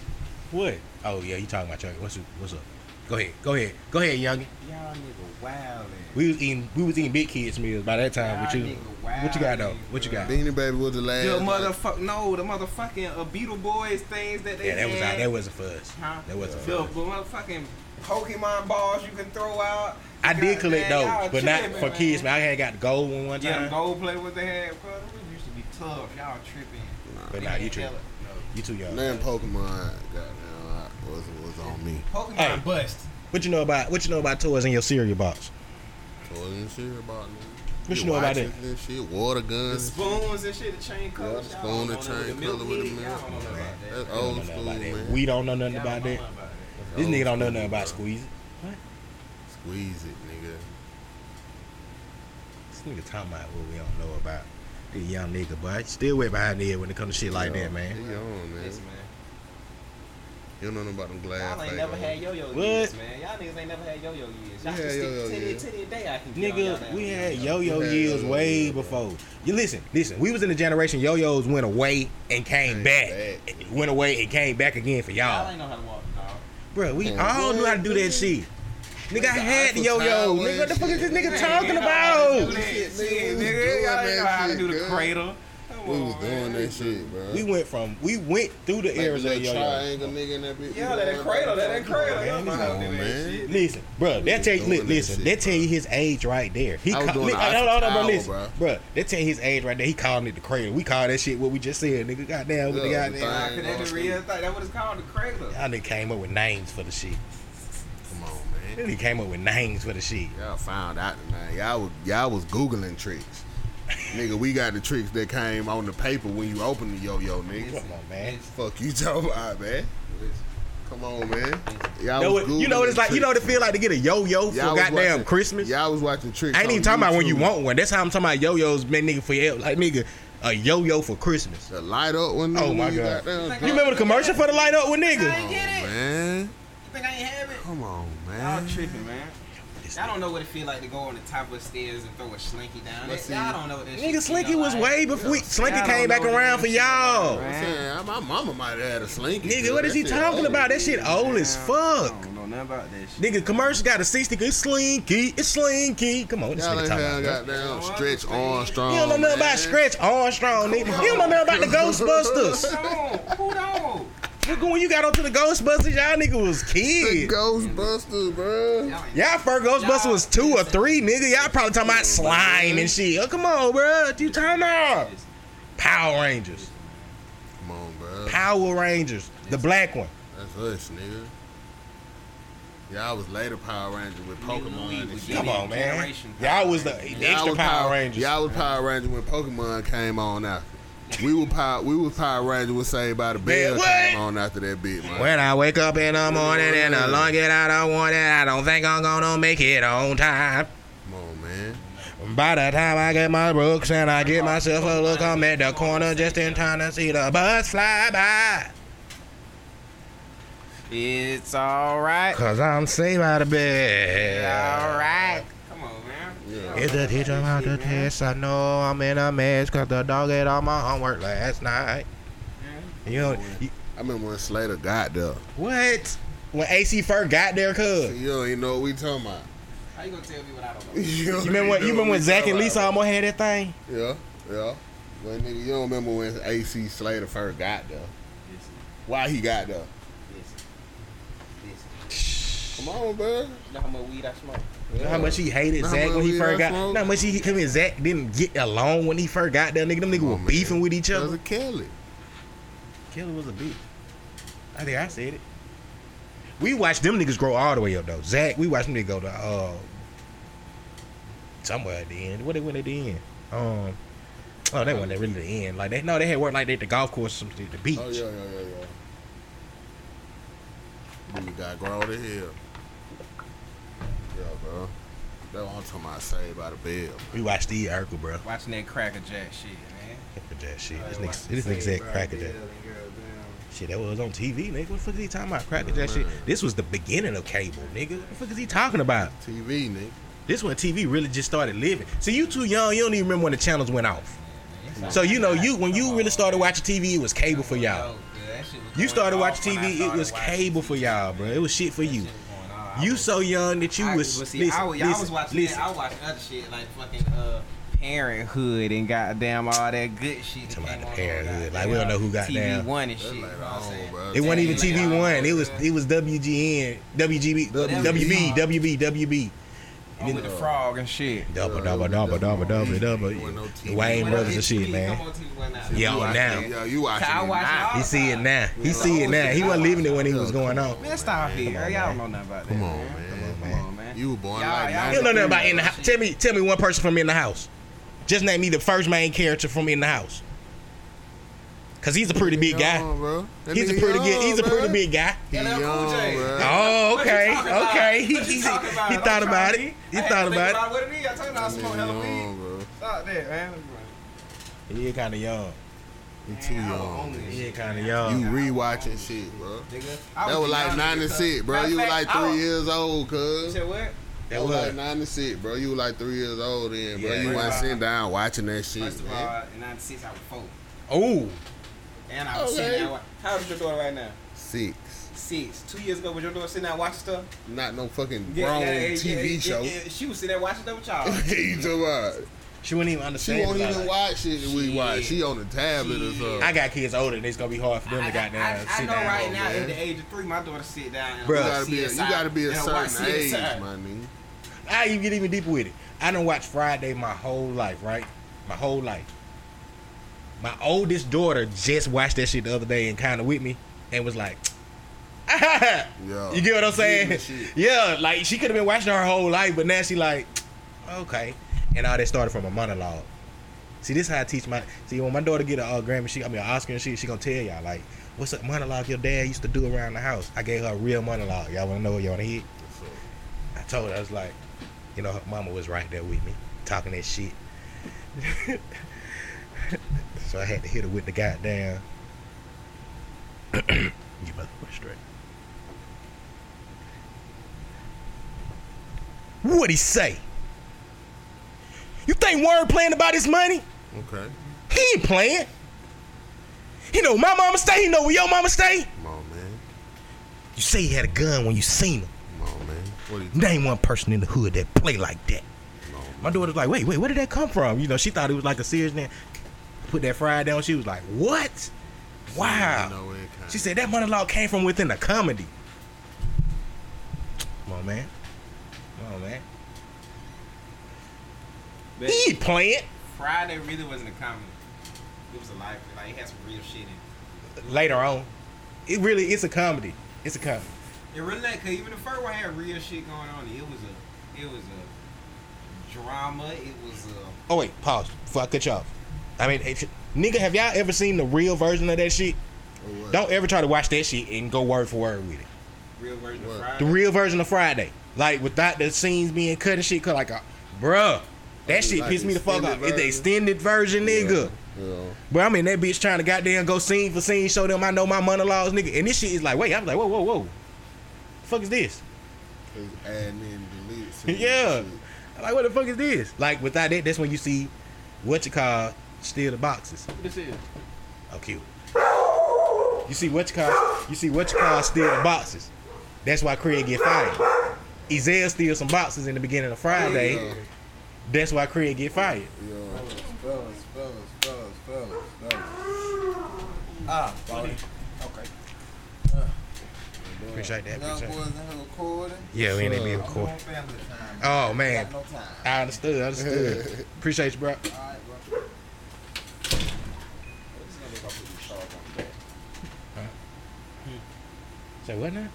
What? Oh yeah, you talking about Chucky? What's what's up? Go ahead. Go ahead. Go ahead, youngin. Y'all nigga wildin'. We was eating we was eating big kids meals by that time. What Y'all you nigga what you got though? What you got? Beanie Baby was the last. The motherfuck no, the motherfucking uh, Beetle Boys things that they Yeah, that was had. out. That wasn't for us. Huh? That wasn't for The us. motherfucking Pokemon balls you can throw out. I did collect Goddamn, those, but y'all not tripping, for man. kids. Man, I had got the gold one one Yeah, them time. gold play what they had, bro. Those used to be tough. Y'all tripping. But nah, you Hell, tripping. You too young. Man, Pokemon, goddamn, I- was was on me. Pokemon Hey. bust. What you know about what you know about toys in your cereal box? Toys and shit about me. What you know about it? And shit, water The guns. spoons and shit, the chain colors. Yeah, y'all spoon don't and know chain the milk color with the tea, milk. y'all don't know about that. That's I don't old know school, nothing about that. man. We don't know nothing Y'all about don't that. know about that. This Old nigga don't know school, nothing about bro. squeeze. Squeeze it, nigga. This nigga talking about what we don't know about. This young nigga, but I still way behind the head when it comes to shit like that, man. He on, man. Listen, man. You don't know nothing about them glass. Y'all ain't thing, never man. had yo-yo What? years, man. Y'all niggas ain't never had yo-yo years. Y'all We can had stick yo-yo to the, years. to the day I can get on y'all Nigga, damn we had yo-yo. yo-yo We had years yo-yo way years, bro. before. You listen, listen. We was in the generation yo-yos went away and came Came back. back. It Went away and came back again for Y'all y'all. ain't know how to walk, dog. Bro, we Man, all knew how to do that what? shit. Nigga, I the had the Eiffel yo-yo. Tower Nigga, what the and fuck is this shit. nigga Y'all ain't talking know how to do about? that Shit, shit, nigga, we was nigga. Y'all doing ain't know how to that do the shit, cradle. Come We was on, doing man. that shit, bro. We went from we went through the Like eras that of yo-yo. triangle nigga in that bitch. Yeah, that ain't cradle, that ain't cradle. Y'all Man, know how to come do on, that man. shit. Listen, bro, that tell you, doing li- that listen, shit, that tell bro. you his age right there. He I was ca- doing li- the hold on, hold on, bro, Eiffel listen, Tower, bro, that tell you his age right there. He calling it the cradle. We call that shit what we just said, nigga. Goddamn, with the Yeah, goddamn. I Nah, ain't 'cause that's the gonna real thing. That's what it's called, the cradle. Y'all nigga came up with names for the shit. Come on, man. Then he came up with names for the shit. Y'all found out tonight. Y'all was y'all was googling tricks. nigga, we got the tricks that came on the paper when you opened the yo-yo, nigga. Come on, man. Fuck you talking about, man. Come on, man. Y'all Know was what- you know what it's Googling like. You know what it tricks, feel like to get a yo-yo for Y'all was goddamn watching- Christmas. Y'all was watching tricks. I ain't even on talking about when you YouTube. want one. That's how I'm talking about yo-yos, man, nigga. For your- like, nigga, a yo-yo for Christmas. The light up one. Oh, nigga, my when you God. goddamn You drunk. remember the commercial for the light up with I nigga? ain't get it. Man, You think I ain't have it? come on, Y'all man. tripping, man. Y'all don't know what it feel like to go on the top of the stairs and throw a slinky down. But That- see, y'all don't know what that shit Nigga, Slinky feel was like. way before. we Slinky Y'all came don't back know what around that for shit y'all. like, I'm saying, my mama might have had a slinky. Nigga, girl. what is That he shit talking old. about? That shit old as fuck. I don't know nothing about that shit. Nigga, commercial got a 60. It's slinky. It's slinky. Come on, what this Y'all nigga ain't talking had about? man? goddamn stretch Armstrong. You don't know nothing man. about Stretch Armstrong, nigga. You don't know nothing about the Ghostbusters. Hold on, hold on. Nigga, when you got onto the Ghostbusters, y'all nigga was The kids. Ghostbusters, bro. Y'all first Ghostbusters was two or three, nigga. Y'all probably talking about slime and shit. Oh, come on, bro. What you talking about? Power Rangers. Come on, bro. Power Rangers. The black one. That's us, nigga. Yeah, I was later Power Ranger with Pokemon. and shit. Come on, man. Y'all was the the Y'all extra was Power Rangers. Y'all was Power Ranger when Pokemon came on after. We were Power. We was Power Ranger when Saved by the Bell what? came on after that bit, man. When I wake up in the morning and I long it out, I want it. I don't think I'm gonna make it on time. Come on, man. By the time I get my books and I get myself a look, I'm at the corner just in time to see the bus fly by. It's all right. Cause I'm saved out of bed. All right. Come on, man. If the teacher about to test, I know I'm in a mess cause the dog ate all my homework last night. You know, I remember when Slater got there. What? When AC Fur got there, cuz. You don't even know what we talking about. How you gonna tell me what I don't know? You, You don't remember when, even you remember know what when we Zach talking and Lisa almost had that thing? about. Yeah, yeah. But nigga, you don't remember when AC Slater first got there. Why he got there? Come on, bro. Know how much weed I smoke? You know How much he hated How Zach much when he we first got got. smoked? Not much he him and Zach didn't get along when he first got there. Nigga, them niggas were beefing with each other. Oh, Kelly. Kelly was a bitch. I think I said it. We watched them niggas grow all the way up though. Zach, we watched them niggas go to uh somewhere at the end. What they went at the end? Um Oh, that wasn't really the end. Like they no, they had worked like they at the golf course or something at the beach. Oh yeah, yeah, yeah, yeah. We got grown to hell. Yeah, bro. That one time I saved by the bell. We watched the Urkel, bro. Watching that Cracker Jack shit, man. Cracker Jack shit. This I nigga, watched this the nigga same said Cracker Bill Jack. and Goddamn. Shit, that was on TV, nigga. What the fuck is he talking about? Cracker Jack shit. This was the beginning of cable, nigga. What the fuck is he talking about? TV, nigga. This when TV really just started living. See, you too young. You don't even remember when the channels went off. So you know, you when you really started watching TV, it was cable for y'all. You started watching TV, it was cable for y'all, bro. It was shit for you. You so young that you I, was but see, I, listen, was- y'all was listen, watching listen. that. I was watching other shit like fucking uh, Parenthood and goddamn all that good shit. that came on Parenthood, like we don't know who got TV down. One and shit. you know what I'm saying? It wasn't even TV One. It was it was WGN, WGB, WB, WB, WB. Oh, with the frog and shit. Double, double, double, double, double, double. The Wayne brothers and shit, man. Yo, now. Yo, you watching I it watch now. all He see it now. He see it now. He wasn't leaving it when he was going on. Man, stop it. Y'all don't know nothing about that. Come on, man. Come on, man. You were born like You don't know nothing about in the house. Tell me, tell me one person from in the house. Just name me the first main character from in the house. Cause he's a pretty big guy. Young, bro. That He's a nigga pretty young, good. He's a pretty bro. big guy. He young, bro. Oh, What you okay, talking about? okay. He, What you he, he talking about? I'm thought about trying it. to- He I had to thought think about what it is. I told you I smoked hella weed. Young, bro. Stop that, man. it. He kind of young. He too young. man. He kind of young. You rewatching shit, bro. Nigga, I That was like young, nigga, 96, so- bro. Matter You of was fact, like I three was- years old, cuz. You said what? That was like 96, bro. You were like three years old then, bro. Yeah, You bro. wasn't sitting down watching that shit, First of man. all, in 96, I was four. Oh, And I was Okay. sitting there. wa- How old is your daughter right now? Six. Six. Two years ago, was your daughter sitting there watching stuff? Not no fucking Yeah, grown yeah, yeah, TV yeah, show. yeah, yeah. She was sitting there watching stuff with y'all. You talking about? she wouldn't even She understand. won't about even it. watch shit that we watch. She on the tablet or something. I got kids older, and it's gonna be hard for them to goddamn I, I sit know down. right now, man. at the age of three, my daughter sit down. And Bruh. you watch gotta be a, you CSI, gotta be a and watch certain age, CSI. my nigga. I even get even deeper with it. I done watched Friday my whole life, right? My whole life. My oldest daughter just watched that shit the other day and kind of with me and was like, Yo, you get what I'm Yeah, saying? shit. Yeah, like she could have been watching her whole life, but now she like, okay. And all that started from a monologue. See, this how I teach my. See, when my daughter get a uh, Grammy, she I mean an Oscar and shit, she gonna tell y'all like, what's up monologue your dad used to do around the house? I gave her a real monologue. Y'all wanna know what y'all wanna hear? I told her I was like, you know, her mama was right there with me talking that shit. so I had to hit her with the goddamn. you motherfucker straight. What he say? You think Warren playing about his money? Okay, He ain't playing. He know my mama stay. He know where your mama stay. come on, man. You say he had a gun when you seen him. Come on, man. What is? Name one person in the hood that play like that. My daughter's like, wait, wait, where did that come from? You know, she thought it was like a serious name. Put that fry down. She was like, what? Wow. She said that monologue came from within a comedy. Come on, man. Come on, man. He playing. Friday really wasn't a comedy. It was a life. Like it had some real shit in it. Later on, it really it's a comedy. It's a comedy. It really like cause even the first one had real shit going on. It was a, it was a drama. It was a. Oh wait, pause. Before I cut you off. I mean, if, nigga, have y'all ever seen the real version of that shit? Don't ever try to watch that shit and go word for word with it. Real version of The Friday. real version of Friday, like without the scenes being cut and shit, cause like, a, bruh, that Oh, shit like pissed me the fuck off. extended It's the version? extended version, nigga. But I mean, that bitch trying to goddamn go scene for scene, show them I know my monologues, nigga. And this shit is like, wait, I was like, whoa, whoa, whoa, fuck is this? Admin delete. send it. yeah. I'm Like, what the fuck is this? Like, without that, that's when you see what you call steal the boxes. This is. Oh, cute. You see what you call you see what you call steal the boxes. That's why Craig get fired. Ezell steals some boxes in the beginning of Friday. Yeah. That's why Craig get fired. Fellas, fellas, fellas, fellas, fellas, fellas. Ah, buddy. Okay. Appreciate that. Young Appreciate boys that. in here recording. Yeah, we ain't even I'm recording. on family time. Oh Got man. no time. I understood, I understood. Appreciate you, bro. Hmm. Say what now?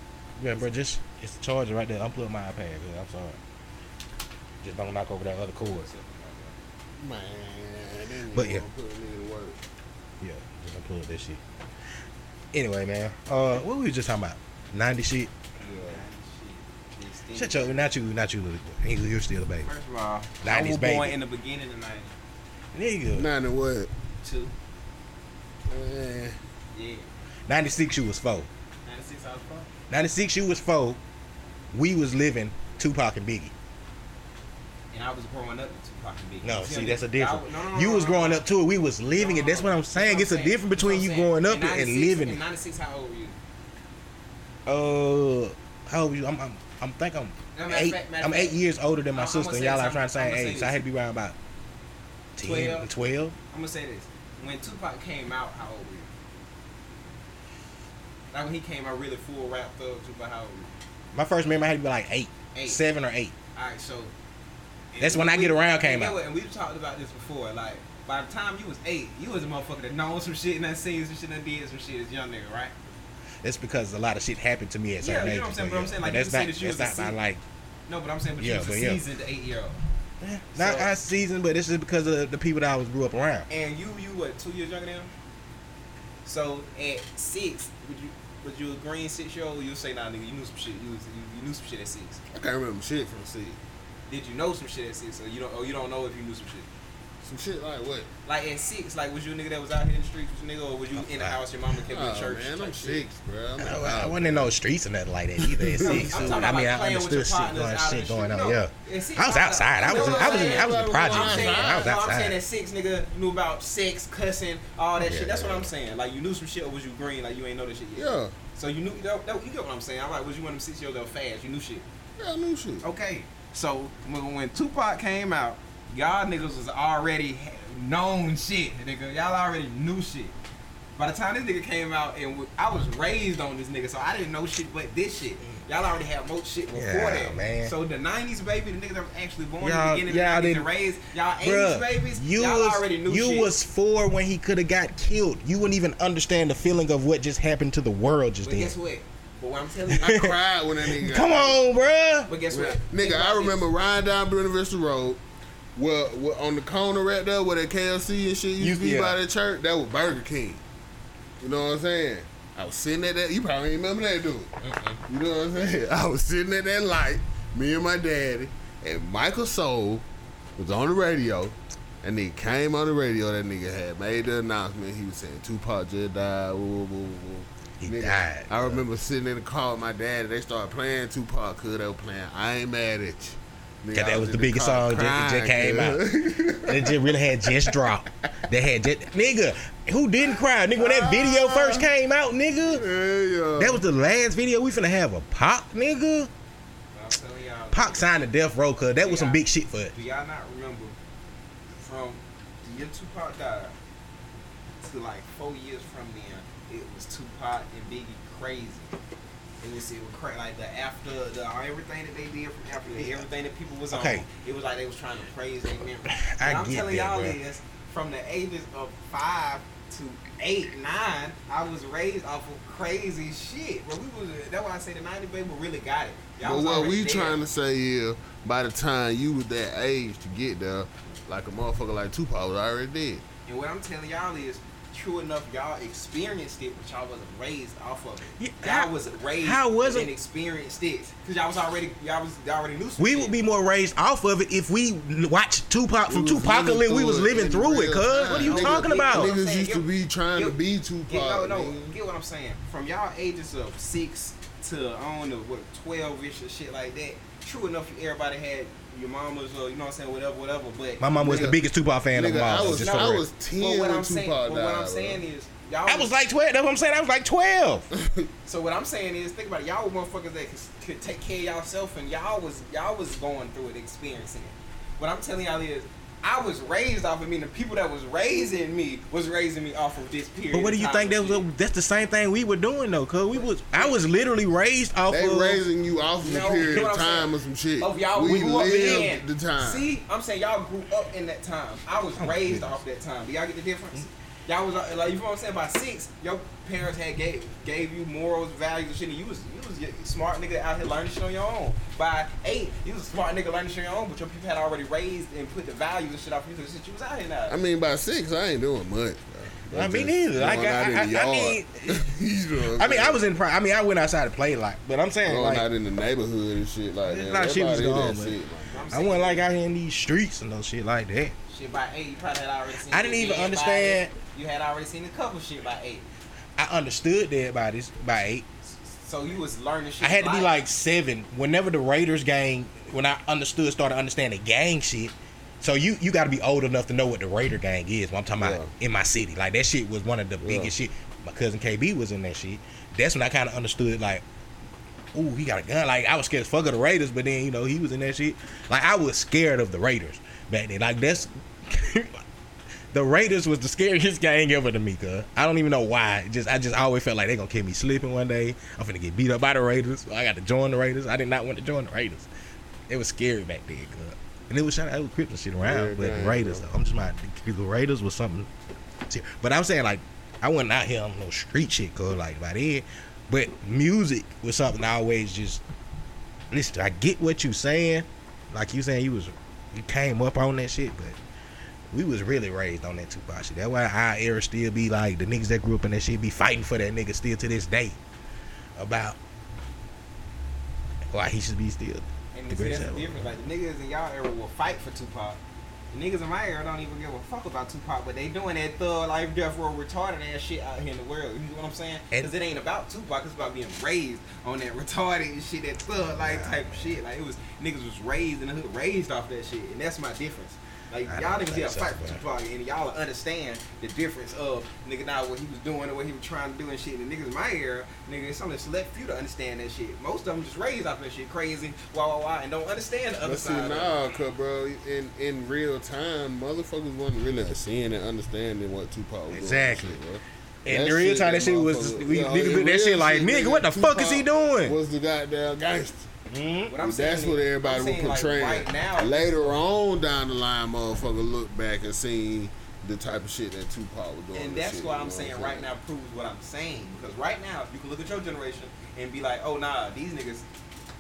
Yeah, bro, just it's the charger right there. I'm plugging my iPad. Man. I'm sorry. Just don't knock over that other cord. Man, they ain't But, yeah. gonna put me to work. Yeah, just unplug that shit. Anyway, man, uh, what we was just talking about? Ninety shit. Shut your not you, not you, little. Nigga, You're still a baby. First of all, I was nineties born in baby. the beginning of the night. Nigga, Nine and what? Two. Man. Yeah. ninety six. You was four. 96 I was born. Ninety six. You was four. We was living Tupac and Biggie. And I was growing up with Tupac and Biggie. No, You feel see, me? that's a I- difference. no, no, no, you no, was no. growing up to it. We was living it. That's what I'm saying. It's a difference between you growing up In it and 96 living in it. 96, how old were you? Uh, how old you? I'm, I'm, I'm think I'm No, matter of eight. fact- matter of I'm eight fact, years older than my I'm- I'ma sister. say and Y'all this, are trying to I'ma- say I'ma age. say So I had to be around about 10, Twelve. 12. I'm gonna say this. When Tupac came out, how old were you? Like when he came out really full wrapped up, Tupac, how old were you? My first memory I had to be like eight, Eight. seven or eight. Alright, so and That's when we- I Get we- Around came and out. what, And we've talked about this before. Like by the time you was eight, you was a motherfucker that known some shit and done seen some shit and done did some shit as a young nigga, right? That's because a lot of shit happened to me at Yeah, certain you ages. know what I'm saying, but I'm saying, like, that's you can not say that you that's was not a my se- like No, but I'm saying, but Yeah, you was a but yeah. seasoned eight year old. not So- our season, but this is because of the people that I was grew up around. And you, you what, two years younger than him? So at six, would you would you a green six year old? You'll say, nah, nigga, you knew some shit. You, was, you, you knew some shit at six. I can't remember shit from six. Did you know some shit at six? Or you don't? Or you don't know if you knew some shit. Some shit like what? Like at six, like was you a nigga that was out here in the streets with your nigga, or was you in the house your mama kept in Oh, church? man, type I'm shit? six, bro. I'm I, like, I wasn't in no streets or nothing like that either. At six, I'm so, talking I mean, about I playing with your understood shit partners going, out in shit the going street. on. No, Yeah, at six, I was I'm not- outside. I was, in, I was, in, I was in the I'm projects. saying, I was no, I'm saying outside. at six, nigga, you knew about sex, cussing, all that Yeah, shit. That's yeah, what I'm saying. Like you knew some shit, or was you green? Like you ain't know this shit yet. Yeah. So you knew that, that, you get what I'm saying. I'm like, was you one of them six year olds that was fast? You knew shit. yeah, I knew shit. Okay. So when, when Tupac came out, y'all niggas was already ha- known shit, nigga. Y'all already knew shit. By the time this nigga came out, and w- I was raised on this nigga, so I didn't know shit but this shit. Y'all already had most shit before Yeah, that. man. So the '90s baby, the niggas that was actually born Y'all- in the beginning y'all of the 90s didn't- and raised, y'all Bruh, '80s babies, you all was, already knew you shit. was four when he could have got killed. You wouldn't even understand the feeling of what just happened to the world just but then. guess what? But what I'm telling you, I cried when that nigga. got Come out. on, bruh. But guess what? Nigga, I remember riding down Buena Vista Road. Well, well, on the corner right there where that KFC and shit used to be yeah. by the church, that was Burger King. You know what I'm saying? I was sitting at that. You probably ain't remember that dude. You know what I'm saying? I was sitting at that light, me and my daddy, and Michael Soul was on the radio. And nigga came on the radio. That nigga had made the announcement. He was saying Tupac just died. Woo, woo, woo, woo. He Nigga, died, I remember sitting in the car with my dad. And they started playing Tupac. Cause they were playing. I ain't mad at you. Nigga, 'Cause I that was in the biggest car song that just crying, came out. cuz. That just really had just dropped. They had just, nigga, who didn't cry? Nigga, when that Uh-huh. video first came out, nigga, that was the last video we finna have a Pac, nigga. I'm telling y'all, Pac signed to Death Row, cause that was some big shit for it. Do y'all not remember from the year Tupac died to like four years from then, it was Tupac and Biggie crazy. It was it was crazy like the after the everything that they did from after the, everything that people was Okay. on. It was like they was trying to praise their memory. I And I'm get telling that, y'all bro. this from the ages of five to eight, nine, I was raised off of crazy shit. Bro, we was that's why I say the '90s baby really got it. But was what already we there. trying to say is, by the time you was that age to get there, like a motherfucker like Tupac was already dead. And what I'm telling y'all is, true enough, y'all experienced it, but y'all wasn't raised off of it. y'all was raised how was it- and experienced it because y'all was already y'all was y'all already knew. Some We shit. would be more raised off of it if we watched Tupac from We was Tupac living and we through was it living in through it, real cuz. What are you time. talking Niggas- about? Niggas used to be trying to be Tupac. Get, no, no, nigga. get what I'm saying. From y'all ages of six to I don't know what twelve ish or shit like that. True enough, everybody had your mamas or you know what I'm saying, whatever, whatever. But My mom was the biggest Tupac fan of Nigga, them all. I was- just I for real. was 10 But what when I'm saying, Tupac but what died, I'm bro. saying is, y'all I was like 12. That's what I'm saying. I was like 12. So what I'm saying is, think about it. Y'all were motherfuckers that could, could take care of y'allself, and y'all was y'all was going through it, experiencing it. What I'm telling y'all is, I was raised off of me. The people that was raising me was raising me off of this period. But what do you of think time. that was? That's the same thing we were doing though, cuz we was. I was literally raised off They of. raising you off of No, a period you know of what I'm time or some shit. Of y'all we grew up lived in the time. See, I'm saying y'all grew up in that time. I was raised off that time. Do y'all get the difference? Mm-hmm. Y'all was uh, like, you know what I'm saying? By six, your parents had gave gave you morals, values, and shit. And you was you was a smart nigga out here learning shit on your own. By eight, you was a smart nigga learning shit on your own, but your people had already raised and put the values and shit off you. So shit, you was out here now. I mean, by six, I ain't doing much. Bro. I mean, either. I got- I- I- I mean- I mean, I was in. pri- I mean, I went outside to play a lot, but I'm saying going like out in the neighborhood and shit like It's Oh, that. not shit was gone, Everybody did but that shit. I wasn't like out here in these streets and no shit like that. shit by eight, you probably had already seen. I didn't the even dead by understand- eight. You had already seen a couple shit by eight, I understood that by this by eight. so you was learning shit. I had to be live. like seven. Whenever the Raiders gang, when I understood, started understanding gang shit. So you you got to be old enough to know what the Raider gang is. What I'm talking about in my city, like that shit was one of the biggest shit. My cousin KB was in that shit. That's when I kind of understood like, ooh, he got a gun. Like I was scared as fuck of the Raiders, but then you know he was in that shit. Like I was scared of the Raiders back then. Like that's the Raiders was the scariest gang ever to me, cuz. I don't even know why. It Just I just always felt like they gonna keep me sleeping one day. I'm finna get beat up by the Raiders. I got to join the Raiders. I did not want to join the Raiders. It was scary back then, cuz. And it was shot out with Crips and shit around, Yeah, but gang, the Raiders, though, I'm just not the Raiders was something. ser- But I'm saying like I wasn't out here on no street shit, cuz like by then. But music was something I always just listen. to. I get what you saying, like you saying you was you came up on that shit, but we was really raised on that Tupac shit. That's why our era still be like the niggas that grew up in that shit be fighting for that nigga still to this day about why he should be still And the see, that's greatest the ever. difference. Like the niggas in y'all era will fight for Tupac. The niggas in my era don't even give a fuck about Tupac, but they doing that thug life, death row, retarded ass shit out here in the world. You know what I'm saying? Because it ain't about Tupac. It's about being raised on that retarded shit, that thug life type of shit. Like it was niggas was raised in the hood, raised off that shit, and that's my difference. Like I y'all don't niggas think here so, fight for bro. Tupac, and y'all understand the difference of nigga now what he was doing and what he was trying to do and shit. And niggas in my era, nigga, it's only select few to understand that shit. Most of them just raised off that shit, crazy, wah wah wah, and don't understand the other But see, side. of it. nah, cause bro, in in real time, motherfuckers wasn't really seeing and understanding what Tupac was Exactly. Doing, bro. And the real time, that shit was- motherfucker- we- niggas Yeah, in look at that real shit like, nigga, what the fuck is he Tupac doing? Was the goddamn gangster. What I'm That's saying what is- everybody I'm was saying, like, portraying. right now- Later on down the line, motherfucker looked back and seen the type of shit that Tupac was doing. And that's shit, why you I'm know saying what right now proves what I'm saying. Because right now, if you can look at your generation and be like, oh, nah, these niggas,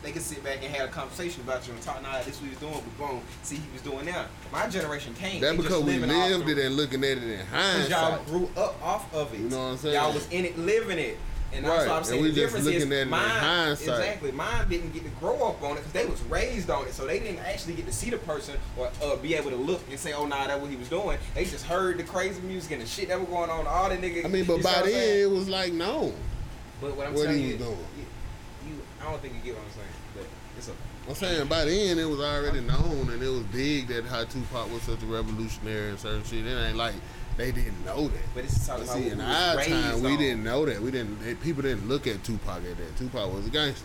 they can sit back and have a conversation about you and talk, nah, this what he was doing, but boom, see, he was doing that. My generation can't. That They just because we living off lived the- it and looking at it in Because y'all hindsight. grew up off of it. You know what I'm saying? Y'all was in it, living it. And Right, that's what I'm and saying. we the just difference looking is at it in mine, hindsight. Exactly. Mine didn't get to grow up on it because they was raised on it. So they didn't actually get to see the person or uh, be able to look and say, oh, nah, that's what he was doing. They just heard the crazy music and the shit that was going on. All the niggas. I mean, but you see what by I'm then saying? it was like no. But what I'm what telling he you, was doing. you, I don't think you get what I'm saying. But it's a, I'm saying by then it was already known and it was big that how Tupac was such a revolutionary and certain shit. It ain't like they didn't know that. but this is talking about See, what in we our was time, raised we on. didn't know that. We didn't. They, people didn't look at Tupac at that. Tupac was a gangster.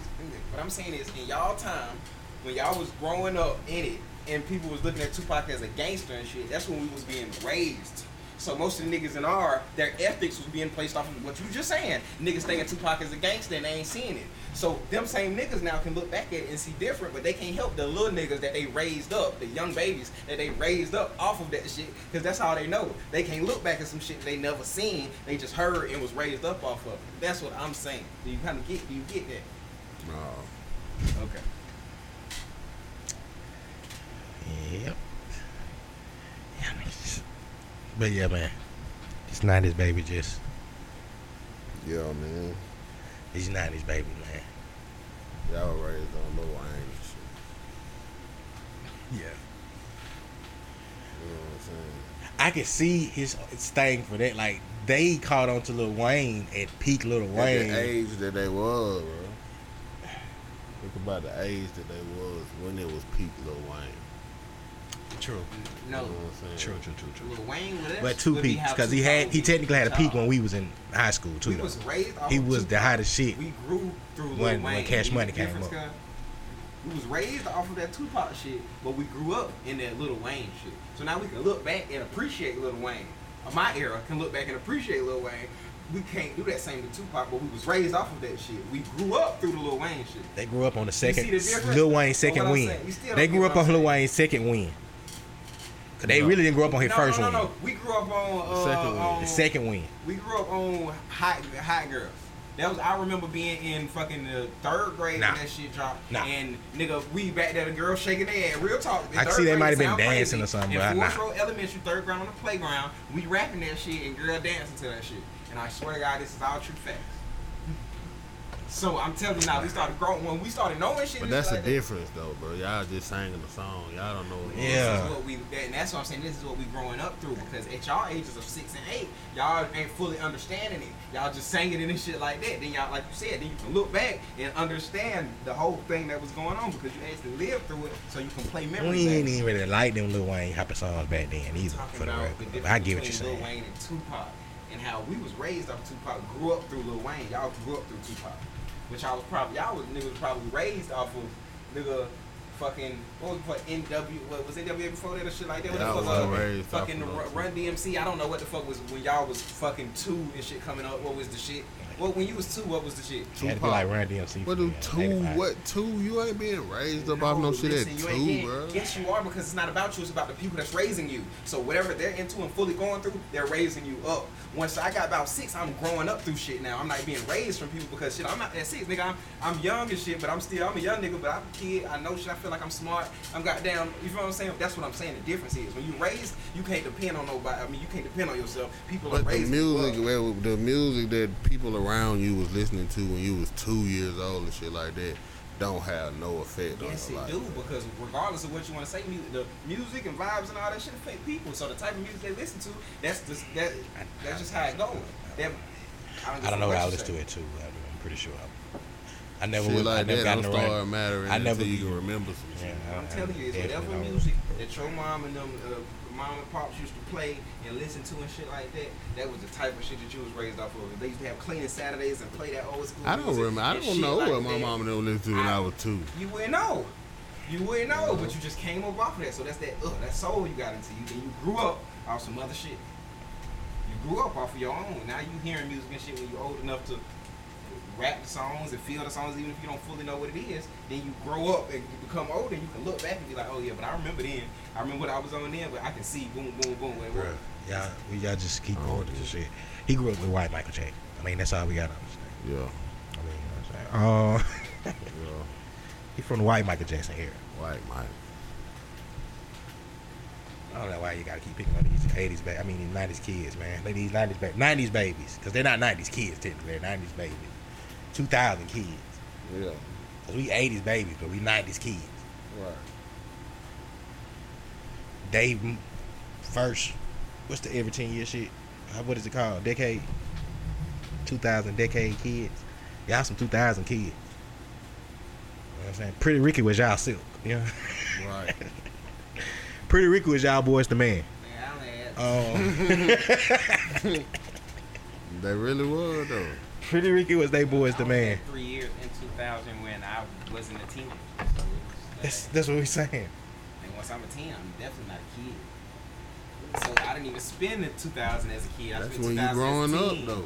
What I'm saying is, in y'all time, when y'all was growing up in it, and people was looking at Tupac as a gangster and shit, that's when we was being raised. So most of the niggas in our, their ethics was being placed off of what you just saying. Niggas thinking Tupac is a gangster and they ain't seeing it. So them same niggas now can look back at it and see different, but they can't help the little niggas that they raised up, the young babies that they raised up off of that shit, because that's all they know. They can't look back at some shit they never seen, they just heard and was raised up off of. That's what I'm saying. Do you kind of get? Do you get that? No. Okay. Yep. Yeah, man, it's- But yeah, man. It's not his baby just. Yeah, man. It's not his baby, man. Y'all raised on Lil Wayne and shit. Yeah. You know what I'm saying? I could see his, his thing for that. Like they caught on to Lil Wayne at peak Lil Wayne. At the age that they was, bro. Think about the age that they was when it was peak Lil Wayne. True. No. True, true, true, true. Lil Wayne with us. But two would be peaks how because he had he Tupac technically had a peak was. when we was in high school too. We though. Uh, was raised off he of was the Tupac. hottest shit. We grew through Lil When- Wayne. when Cash You Money get the came difference, up. cuz? We was raised off of that Tupac shit, but we grew up in that Lil Wayne shit. So now we can look back and appreciate Lil Wayne. Uh, My era can look back and appreciate Lil Wayne. We can't do that same to Tupac, but we was raised off of that shit. We grew up through the Lil Wayne shit. They grew up on the see second the difference? Lil Wayne's So what second I'm win. saying, you still They don't grew get up what on Lil Wayne's second win. 'Cause They really didn't grow up on his no, first no, win. no, no. We grew up on uh, second win. on- The second win. We grew up on hot hot girls. That was I remember being in fucking the third grade Nah. when that shit dropped. Nah. And nigga, we back there, the girl shaking their ass. Real talk. I can see they might have been dancing or something, In but I- fourth nah. row elementary, third grade on the playground, we rapping that shit and girl dancing to that shit. And I swear to God, this is all true facts. So I'm telling you now, we started growing when we started knowing shit. But it's that's the like difference though, bro. Y'all just singing the song. Y'all don't know what this is what we, that- and that's what I'm saying. This is what we growing up through because at y'all ages of six and eight, y'all ain't fully understanding it. Y'all just singing it and shit like that. Then y'all, like you said, then you can look back and understand the whole thing that was going on because you actually lived through it, so you can play memories. We back. ain't even really like them Lil Wayne hopping songs back then either. Talking For the about record, the But I difference get what you're between saying. Lil Wayne and Tupac, and how we was raised off Tupac, grew up through Lil Wayne. Y'all grew up through Tupac, which I was probably y'all was niggas was probably raised off of nigga. Fucking what was what NW what was NWA before that or shit like that? What Y'all the fuck, was uh, raised off fucking of Ru- those. Run DMC. I don't know what the fuck was when y'all was fucking two and shit coming up. What was the shit? Well, when you was two, what was the shit? Had to be like Run DMC. for What do me, two? eighty-five. What two? You ain't being raised up off no No, shit listen, at you ain't two, getting- bro. Yes, you are because it's not about you. It's about the people that's raising you. So whatever they're into and fully going through, they're raising you up. Once I got about six, I'm growing up through shit now. I'm not being raised from people because shit. I'm not at six, nigga. I'm, I'm young and shit, but I'm still I'm a young nigga. But I'm a kid. I know shit. I feel like I'm smart. I'm goddamn. You feel what I'm saying? That's what I'm saying. The difference is when you raised, you can't depend on nobody. I mean, you can't depend on yourself. People are But the raising you up. music, well, the music that people around you was listening to when you was two years old and shit like that, don't have no effect Yes, on it your life. do because regardless of what you want to say, mu- the music and vibes and all that shit affect people. So the type of music they listen to, that's just that. That's just how it goes. That, I don't know what I you listened to say. it too. but I'm pretty sure. I, I never Shit would. like I never that got in don't the right. start mattering I never. until you can remember some shit. Yeah, I'm telling you, it's definitely whatever don't. music that your mom and them uh, mom and pops used to play and listen to and shit like that. That was the type of shit that you was raised off of. They used to have cleaning Saturdays and play that old school. I don't music remember. I and don't shit know like what my that. mama done listened to when I was two. You wouldn't know. You wouldn't know, but you just came up off of that. So that's that uh, that soul you got into you. Then you grew up off some other shit. You grew up off of your own. Now you hearing music and shit when you're old enough to rap the songs and feel the songs, even if you don't fully know what it is. Then you grow up and you become older, and you can look back and be like, oh yeah, but I remember then. I remember what I was on then, but I can see boom, boom, boom. Wait, Bruh, y'all, we, y'all just Oh, keep going to this shit. He grew up with white Michael Jackson. I mean, that's all we got to understand. Yeah. I mean, you know what I'm saying? Uh, He from the white Michael Jackson era. White Michael. I don't know why you gotta keep picking on these 80s back. I mean, these 90s kids, man. They these 90s babies. 90s babies. Because they're not 90s kids, technically. They're 90s babies. 2000 kids. Yeah. Because we 80s babies, but we 90s kids. Right. They m- first, what's the every 10 year shit? How- What is it called? Decade? 2000 decade kids. Y'all some 2000 kids. You know what I'm saying? Pretty Ricky was y'all silk. You know? Right. Pretty Ricky was y'all boys the man. Uh, Oh. They really were though. Pretty Ricky was they boys the man. Three years in 2000 when I wasn't a teenager. That's that's what we're saying. And once I'm a teen, I'm definitely not a kid. So I didn't even spend the 2000 as a kid. I That's spent when you're growing up 2016. though.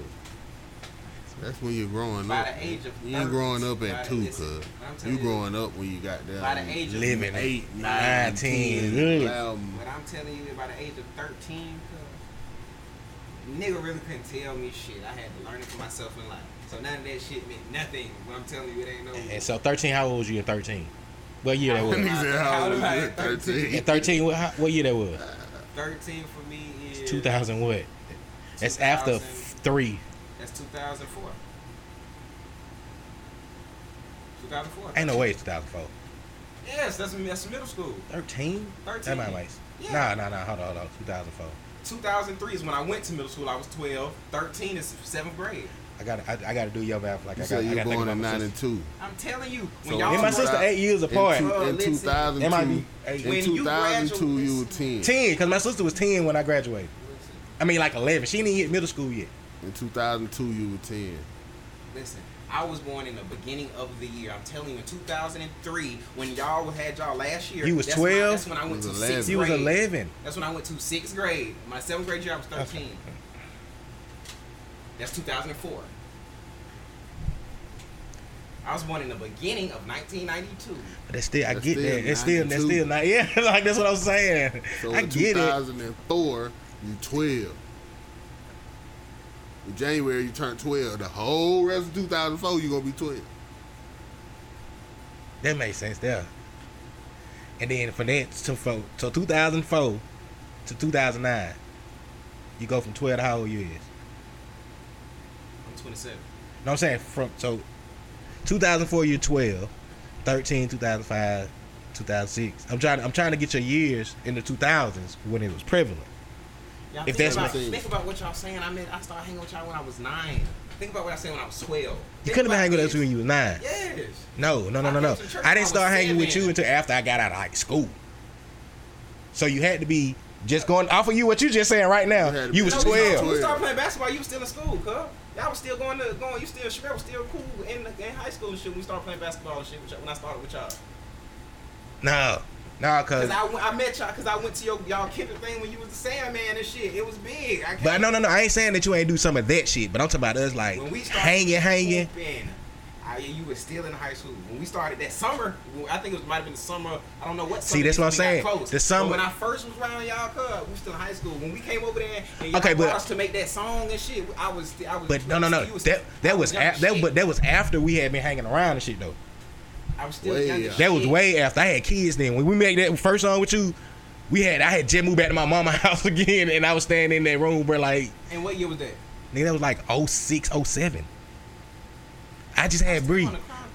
That's when you're growing By up. the age of you ain't 30, growing up by at the- two, listen, cuz. what I'm telling You you- growing up when you got down. By the age of living eight, nine, nine, ten. ten, eleven. But I'm telling you, by the age of 13, cuz, nigga really couldn't tell me shit. I had to learn it for myself in life. So none of that shit meant nothing. But I'm telling you, it ain't no. And so 13, how old was you at 13? What year that was? He said, how old was you at 13? At 13, what, how- what year that was? 13 for me is. 2000 what? That's after f- 2000. three. That's 2004. 2004. Ain't no way it's 2004. Yes, that's, that's middle school. 13? 13. That might right. Yeah. Nah, nah, nah. Hold on, hold on. 2004. 2003 is when I went to middle school. I was 12. 13 is seventh grade. I got I, I got to do your math. Like You I got said you I got born in 92. I'm telling you, So me and my sister eight years apart. Uh, In, two, Bro, in listen. 2002, It might be eight. in When you 2002, you, were 10. 10 because my sister was 10 when I graduated. I mean, like 11. She didn't hit middle school yet. In 2002, you were 10. Listen, I was born in the beginning of the year. I'm telling you, in 2003, when y'all had y'all last year, You was that's when I- 12? That's when I You went was to 11. sixth grade. You was 11. That's when I went to sixth grade. My seventh grade year, I was 13. That's 2004. I was born in the beginning of 1992. But that's still, I That's get still that. That's still, that's 92. still not. Yeah, like that's what I'm saying. So I in get it. 2004, you 12. In January, you turn 12. The whole rest of 2004, you going to be 12. That makes sense there. And then for that to fo- so 2004 to 2009, you go from 12 to how old you is. I'm 27. No, I'm saying from so 2004 you're 12, 13, 2005, 2006. I'm trying I'm trying to get your years in the 2000s when it was prevalent. Y'all If think that's about, my- think about what y'all saying. I mean, I started hanging with y'all when I was nine. Think about what I said when I was 12. You Think couldn't have been about hanging with this. us when you was nine. Yes. No, no, no, no, I came no. to church I when I didn't start was hanging with seven. you until after I got out of high school. So you had to be just going off of you what you just saying right now. You was No, we started- We started 12. playing basketball. You was still in school, cuz. Y'all was still going to going. You still scrap, still cool in, in high school and shit. We started playing basketball and shit with y'all, when I started with y'all. No, no, Cause cause I, went- I met y'all cause I went to your y'all kicker thing when you was the Sandman and shit. It was big. I But can't- no, no, no. I ain't saying that you ain't do some of that shit. But I'm talking about us like When we started hanging, hanging. hooping, I, you were still in high school when we started that summer. well, I think it was, might have been the summer. I don't know what. See, summer that's what I'm because we saying. got close. The summer- But when I first was around y'all, cuz we was still in high school. When we came over there and y'all Okay, but- brought us to make that song and shit, I was I was. But no, no, no. you was- That that was young af- that shit. but that was after we had been hanging around and shit though. I was still young as That shit. was way after I had kids. Then when we made that first song with you, we had I had just moved back to my mama house again, and I was staying in that room where like And what year was that? nigga that was like 06, 07. I just had Bree.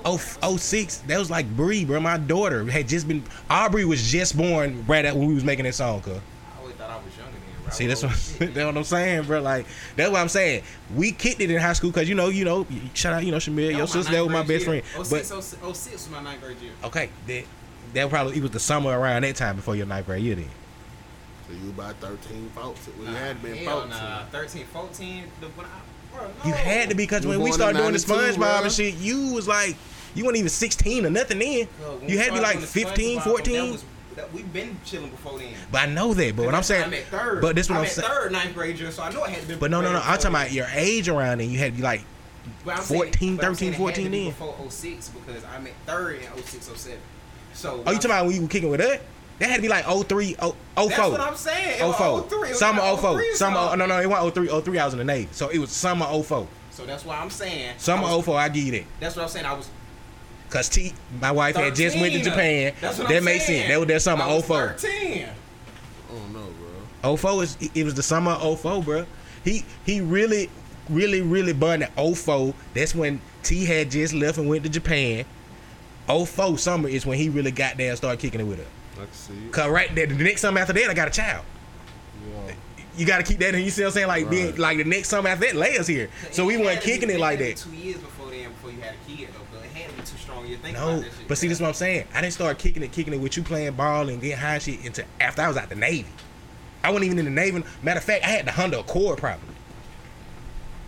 Oh, f- 06, that was like Bree, bro. My daughter had just been Aubrey was just born right at when we was making that song, cuz. I always thought I was younger Oh, than See, that's what, that's what I'm saying, bro. Like, that's what I'm saying. We kicked it in high school because you know, you know, shout out, you know, Shamir, your sister, that was my best friend. Oh But six, oh six, oh six was my ninth grade year. okay, that, that probably it was the summer around that time before your ninth grade year. Then So you about 13, 14. Well, you had been Hell 14. nah, 13, 14. The, when I, bro, no. you had to because You when were we born started in doing the 92, SpongeBob brother. and shit, you was like, you weren't even 16 or nothing then. Cuz when You we had to be started like doing the 15, SpongeBob, that 14. was- that- We've been chilling before then. But I know that. But what I'm saying, I'm at third. but this what I'm I'm, at saying. third ninth grade year, so I know it had to be. But no, no, no. I'm before talking about your age around and you had to be like But I'm 14, saying, but I'm 13, saying it had to 14 be then. Before 06 because I'm at third in 06, 07. So Oh, you talking about oh when you were kicking with us? That had to be like 03, 0- 04. That's what I'm saying. Oh It was 03. It was Summer like 04. 03 Summer, oh something. no, no, it wasn't 03. 03, I was in the Navy. So it was summer 04. So that's why I'm saying. Summer I was- 04, I give you that. That's what I'm saying. I was Because T, my wife had just went to 13. Japan. That's what that I'm makes saying. sense. That was that summer I was 04. 13. I don't know, bro. 04 is, it was the summer of 04, bro. He, he really, really, really bonded 04. That's when T had just left and went to Japan. 04 summer is when he really got there and started kicking it with her. I can see it. Cause right there, the next summer after that, I got a child. Yeah. You got to keep that in. You see what I'm saying? Like being Right. like the next summer after that, Leia's here, so we It weren't had to be- kicking it like had that. to be Two years before then, before you had a kid, though, but it had to be too strong. You think about No, that shit. but see, this is what I'm saying. I didn't start kicking it, kicking it with you playing ball and getting high and shit until after I was out the Navy. I wasn't even in the Navy. Matter of fact, I had the Honda Accord probably.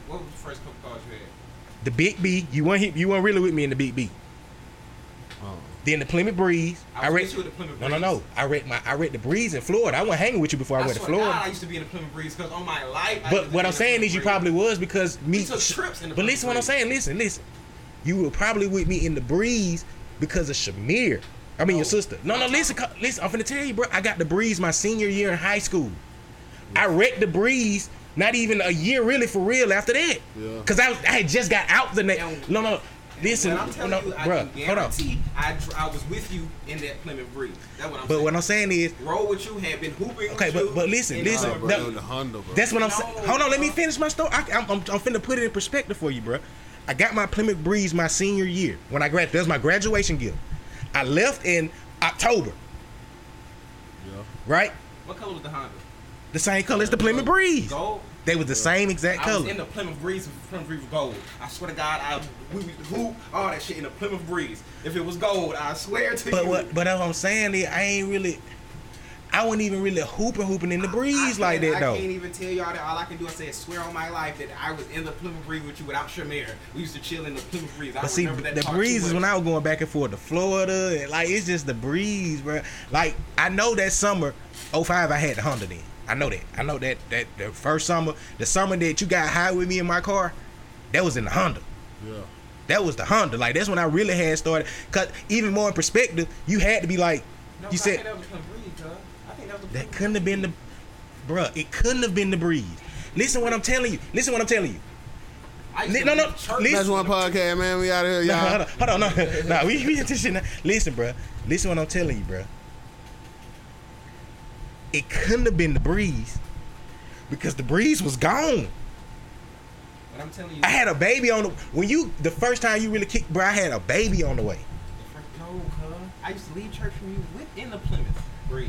What was the first couple cars you had? The Big B. You weren't hit- you weren't really with me in the Big B. Oh. Then the Plymouth Breeze. Uh-huh. I was with you with the Plymouth No, no, Breeze. no. I read my I read the Breeze in Florida. I went hanging with you before I, I went to swear to God, Florida. I used to be in the Plymouth Breeze because on my life. I used But to what be I'm in the saying is you probably was because me. took trips in the but listen, what I'm saying, listen, listen. You were probably with me in the breeze because of Shamir. I mean, your sister. No, no, listen, co- listen. I'm finna tell you, bro. I got the breeze my senior year in high school. I wrecked the breeze. Not even a year, really, for real. After that, Yeah. because I, was- I had just got out the next. No, no. Listen, When I'm telling no, you, I bro. Hold can on. guarantee I, dr- I was with you in that Plymouth Breeze. That's what I'm But saying. what I'm saying is, Roll with you, had been hooping Okay, with you. but but listen, and, listen. uh, that- that's what I'm No, saying. Hold on, let me finish my story. I, I'm, I'm, I'm finna put it in perspective for you, bro. I got my Plymouth Breeze my senior year when I graduated. That's my graduation gift. I left in October, right? What color was the Honda? The same color as the Plymouth Breeze. Gold. They were the same exact I was color. in the Plymouth Breeze with Plymouth Breeze gold. I swear to God, I we was hoop all that shit in the Plymouth Breeze. If it was gold, I swear to But you. what? But that's what I'm saying is, I ain't really. I wasn't even really hooping, hooping in the breeze like And that I though. can't even tell y'all that. All I can do is say, I swear on my life that I was in the Plymouth Breeze with you without Shamir. We used to chill in the Plymouth Breeze. I But see, remember that the part breeze too is much. when I was going back and forth to Florida. And like, it's just the breeze, bro. Like, I know that summer, 05, I had the Honda then. I know that. I know that that the first summer, the summer that you got high with me in my car, that was in the Honda. Yeah. That was the Honda. Like, that's when I really had started. Cause even more in perspective, you had to be like, No, you I said think that was Plymouth Breeze, huh? I think that was the that couldn't have been the, bruh. It couldn't have been the breeze. Listen what I'm telling you. Listen what I'm telling you. I Li- no, no. That's Listen, one podcast, man. We out of here, Nah, y'all. hold on, hold on, no, nah, we we into shit now. Listen, bruh. Listen, what I'm telling you, bruh. It couldn't have been the breeze because the breeze was gone. But I'm telling you, I had a baby on the when you the first time you really kicked, bruh. I had a baby on the way. no, huh? I used to leave church from you within the Plymouth Breeze.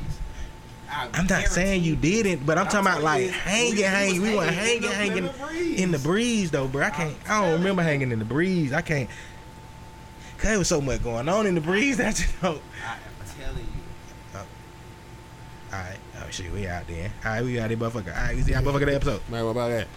I I'm not saying you didn't, but I'm, talking about like hanging, hanging. We were hanging, hanging in the breeze though, bro. I can't. I don't remember hanging in the breeze. I can't. Cause there was so much going on in the breeze that you know. I am telling you. All right, oh shit, we out there. All right, we out there, motherfucker. All right, we see y'all, motherfucker. The episode. Man, what about that?